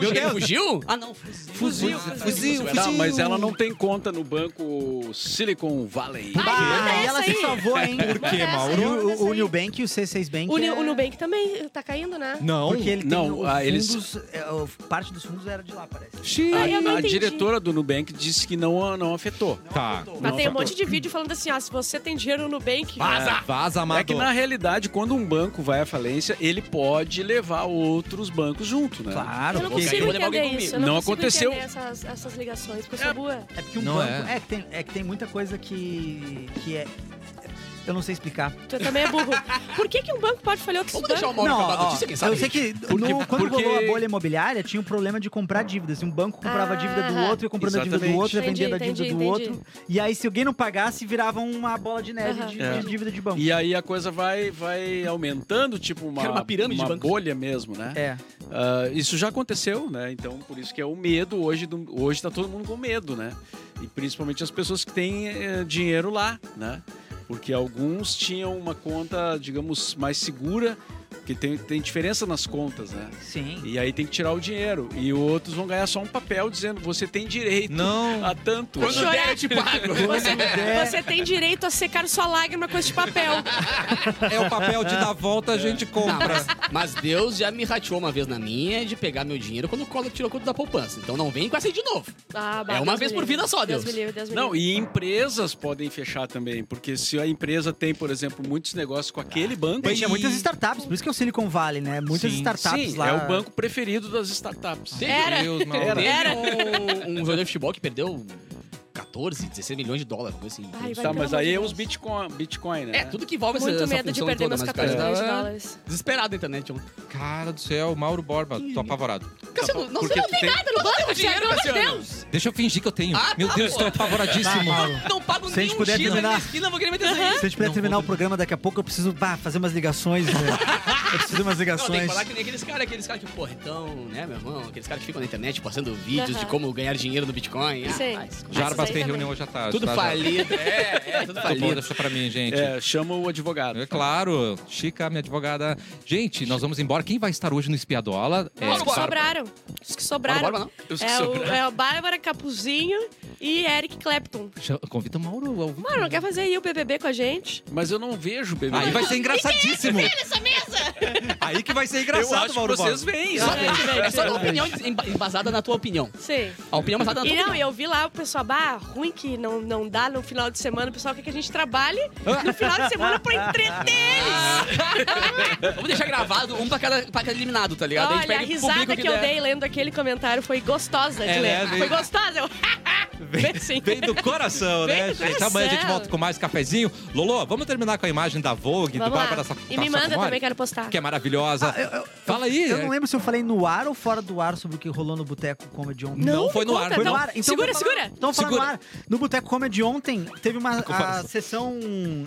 Meu
Fugiu?
Deus.
Fugiu? Ah, não. Fuzil.
Fuzil,
Ah,
fuzil,
era-
Não, Tá, mas ela não tem conta no banco Silicon Valley.
manda
Bah, e ela
essa
se
aí.
salvou, hein?
Por
Manda
quê,
essa,
Mauro?
manda
O,
essa
o, o
aí.
Nubank e o C6 Bank.
O, Ni- o
é-
Nubank também tá caindo, né?
Não.
Porque ele
Não,
tem o-
ah, eles-
fundos, é, o- parte dos fundos era de lá, parece.
Xiii.
Ai, eu não
A, a
entendi.
diretora do Nubank disse que não, não afetou. É
Tá.
Mas tem um
Nossa.
monte de vídeo falando assim, ó, se você tem dinheiro no Nubank...
Vaza! Vaza, amado.
É que na realidade, quando um banco vai à falência, ele pode levar outros bancos junto, né?
Claro,
Eu não
vou cair,
consigo
eu um vou levar alguém
entender isso. Eu
comigo.
não
Não
consigo
aconteceu.
entender essas, essas ligações, porque eu sou boa.
É porque um
Não
banco.
é.
É. que tem, é que tem muita coisa que. que é. Eu não sei explicar.
Tu também é burro. Por que, que um banco pode falhar outros
Vamos deixar o
bancos?
Mauro
não,
acabar a
ó,
notícia, quem sabe?
eu sei que
Porque-
no- quando
porque-
rolou a bolha imobiliária, tinha um problema de comprar dívidas. E um banco comprava a dívida do
Ah,
outro, ia comprando a dívida do
exatamente.
outro, ia
Entendi,
vendendo a dívida
entendi,
do
entendi.
outro. E aí, se alguém não pagasse, virava uma bola de neve
Aham.
de,
É.
de dívida de banco.
E aí a coisa vai, vai aumentando, tipo uma,
Quero uma pirâmide de
uma
bancos.
bolha mesmo, né?
É.
Ah, isso já aconteceu, né? Então, por isso que é o medo hoje. Do, hoje tá todo mundo com medo, né? E principalmente as pessoas que têm eh, dinheiro lá, né? Porque alguns tinham uma conta, digamos, mais segura, porque tem, tem diferença nas contas, né?
Sim.
E aí tem que tirar o dinheiro. E outros vão ganhar só um papel dizendo você tem direito
Não.
a tanto.
Quando chorar.
der, eu te pago.
Você,
der.
você tem direito a secar sua lágrima com esse papel.
<laughs>
É o papel de dar volta, a gente
Não,
compra.
mas, mas Deus já me rateou uma vez na minha de pegar meu dinheiro quando o Collor tirou conta da poupança. Então não vem com essa aí de novo.
Ah,
É uma vez
me
por
livre.
vida só, Deus.
me livre, Deus me
Não,
livre.
e empresas podem fechar também, porque se a empresa tem, por exemplo, muitos negócios com aquele banco.
Ah, Tinha muitas startups, por isso que é o Silicon Valley, né? Muitas
Sim.
startups
Sim,
lá.
é o banco preferido das startups.
Teve,
Meu Deus, Mauro.
Era.
teve um, um jogador de futebol que perdeu 14, 16 milhões de dólares, uma coisa assim.
Ai, vai
Tá,
pelo
mas
amor
aí
de
é
Deus.
os Bitcoin, Bitcoin, né?
É, tudo que envolve essa,
Muito
essa
medo de
função
perder
toda,
meus
mas
14
cara,
milhões de
tava
dólares.
Desesperado na internet. ontem.
Cara do céu, Mauro Borba, tô apavorado.
Cassiano, não, você
porque
não
tu
tem
tem-
nada no banco, Cassiano, pelo amor de Deus.
Deixa eu fingir que eu tenho.
Ah,
Meu
tá
Deus,
bom.
estou
Ah,
apavoradíssimo.
Mauro.
Não pago
Se a gente
nenhum
puder
X ali na
terminar-
esquina, eu vou querer meter isso aí.
Se a gente puder terminar o programa daqui a pouco, eu preciso bah, fazer umas ligações. Né? Eu preciso de umas
Não, tem que
ligações.
falar que nem aqueles caras, aqueles caras que, porra, então, né, meu irmão, aqueles caras que ficam na internet postando vídeos
Aham.
de como ganhar dinheiro no Bitcoin. Ah,
Sim. tá
vai se-
Jarbas tem
aí também.
reunião hoje à tarde.
tudo
tá, Jarbas?
falido. É, é, tudo
Tá bom,
falido.
deixa pra mim, gente.
É, chama o advogado.
É claro, Chica, minha advogada. Gente, nós vamos embora. Quem vai estar hoje no Espiadola? É,
Os que
Bárbara.
sobraram. Os que sobraram.
Bora, bora,
Os que
é, o,
sobraram.
é o Bárbara Capuzinho e Eric Clapton.
Cha- Convida o Mauro né? ao vivo.
Mano, não quer fazer aí o BBB com a gente?
Mas eu não vejo, bebê.
Aí vai ser engraçadíssimo.
Nessa mesa!
Aí que vai ser
eu acho
engraçado,
que
Mauro
vocês
Borba.
veem.
Ah.
Só- É só uma
Exatamente.
opinião emba- embasada na tua opinião.
Sim.
A opinião embasada na tua
E não,
opinião.
eu vi lá o pessoal, bah, ruim que não, não dá no final de semana, o pessoal quer que a gente trabalhe no final de semana pra entreter eles.
Vamos deixar gravado um pra cada, pra cada eliminado, tá ligado?
Olha, a
e
risada
publica o
que eu
der.
dei lendo aquele comentário foi gostosa de
É,
ler.
né,
Foi
gente?
gostosa. Eu... <laughs> Vem sim.
Vem do coração,
Vem
né,
do
gente?
coração.
Amanhã a gente volta com mais cafezinho. Lolo, vamos terminar com a imagem da Vogue, do
Vamos lá.
Bárbara Sa-
E me
Sa-
manda
Sacomori,
também, quero postar.
Que é maravilhosa. Fala aí.
Ah, Eu não é lembro se eu falei no ar ou fora do ar sobre o que rolou no Boteco Comedy ontem.
Não, foi no
conta,
ar.
Foi
então.
no ar. Então
segura,
vou falar-
segura.
Então vou falar
Segura.
no ar. No Boteco Comedy ontem, teve uma a sessão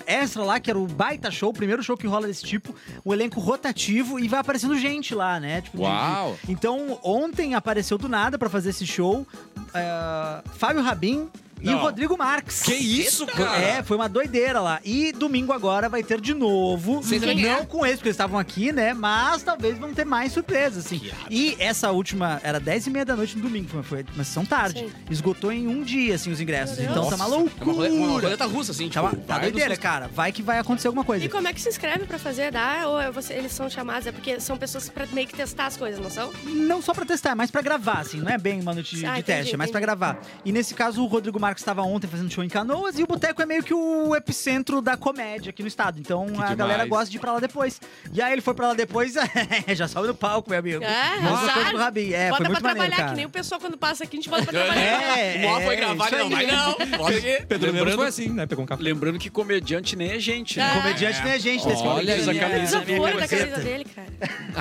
extra lá, que era o baita show, o primeiro show que rola desse tipo, um elenco rotativo e vai aparecendo gente lá, né? Tipo, de-
Uau.
de- Então, ontem apareceu do nada pra fazer esse show é, Fábio Rabin e
Não.
o Rodrigo Marques.
Que isso, cara?
É, foi uma doideira lá. E domingo agora vai ter de novo.
Vocês vão
não
ganhar.
com eles, porque eles estavam aqui, né? Mas talvez vão ter mais surpresas, assim. E essa última era 10 e meia da noite no domingo, foi- foi uma sessão tarde.
Sim.
Esgotou em um dia, assim, os ingressos.
Meu
Então tá uma loucura.
É uma roleta, uma roleta russa, assim.
Tá, uma-
tipo,
tá
vai no
doideira,
susto.
cara. Vai que vai acontecer alguma
E
coisa.
como é que se inscreve pra fazer? Dá? Ou é você- eles são chamados? É porque são pessoas pra meio que testar as coisas, não são?
Não só pra testar, é mais pra gravar, assim. Não é bem uma noite de,
Ah,
de
entendi,
teste, é mais pra
entendi.
gravar. E nesse caso, o Rodrigo Marques estava ontem fazendo show em Canoas e o Boteco é meio que o epicentro da comédia aqui no estado. Então a
demais.
galera gosta de ir pra lá depois. E aí ele foi pra lá depois, <laughs> já sobe no palco, meu amigo.
É,
Mesma
azar.
coisa do Rabin.
bota
É, foi
pra
muito maneiro,
trabalhar,
cara.
que nem o pessoal quando passa aqui, a gente bota pra trabalhar.
É,
O maior foi gravar,
isso
ele não vai
aí.
não. Bota aqui.
Pedro Lembrando...
Lembrando-
foi assim, né? Pegou um café.
Lembrando que comediante nem é gente, né?
Comediante não é gente, desse
Olha
comediante
essa
aí,
O
camisa.
é.
desaforo da
camiseta.
camisa dele, cara.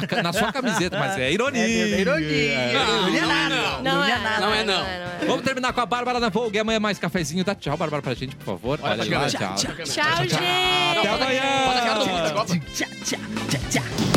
Na ca- Na sua camiseta, mas é ironia.
É mesmo, é ironia.
Não,
Ironia
não é
nada.
não.
Ironia nada.
Não é não.
Vamos terminar com a Bárbara da Vogue. Amanhã mais cafezinho.
tá?
Dá tchau, Bárbara, pra gente, por favor. Olha, lá, tchau.
Tchau, gente!
Bota a cara do mundo da Copa.
Tchá, tchá, tchá, tchá.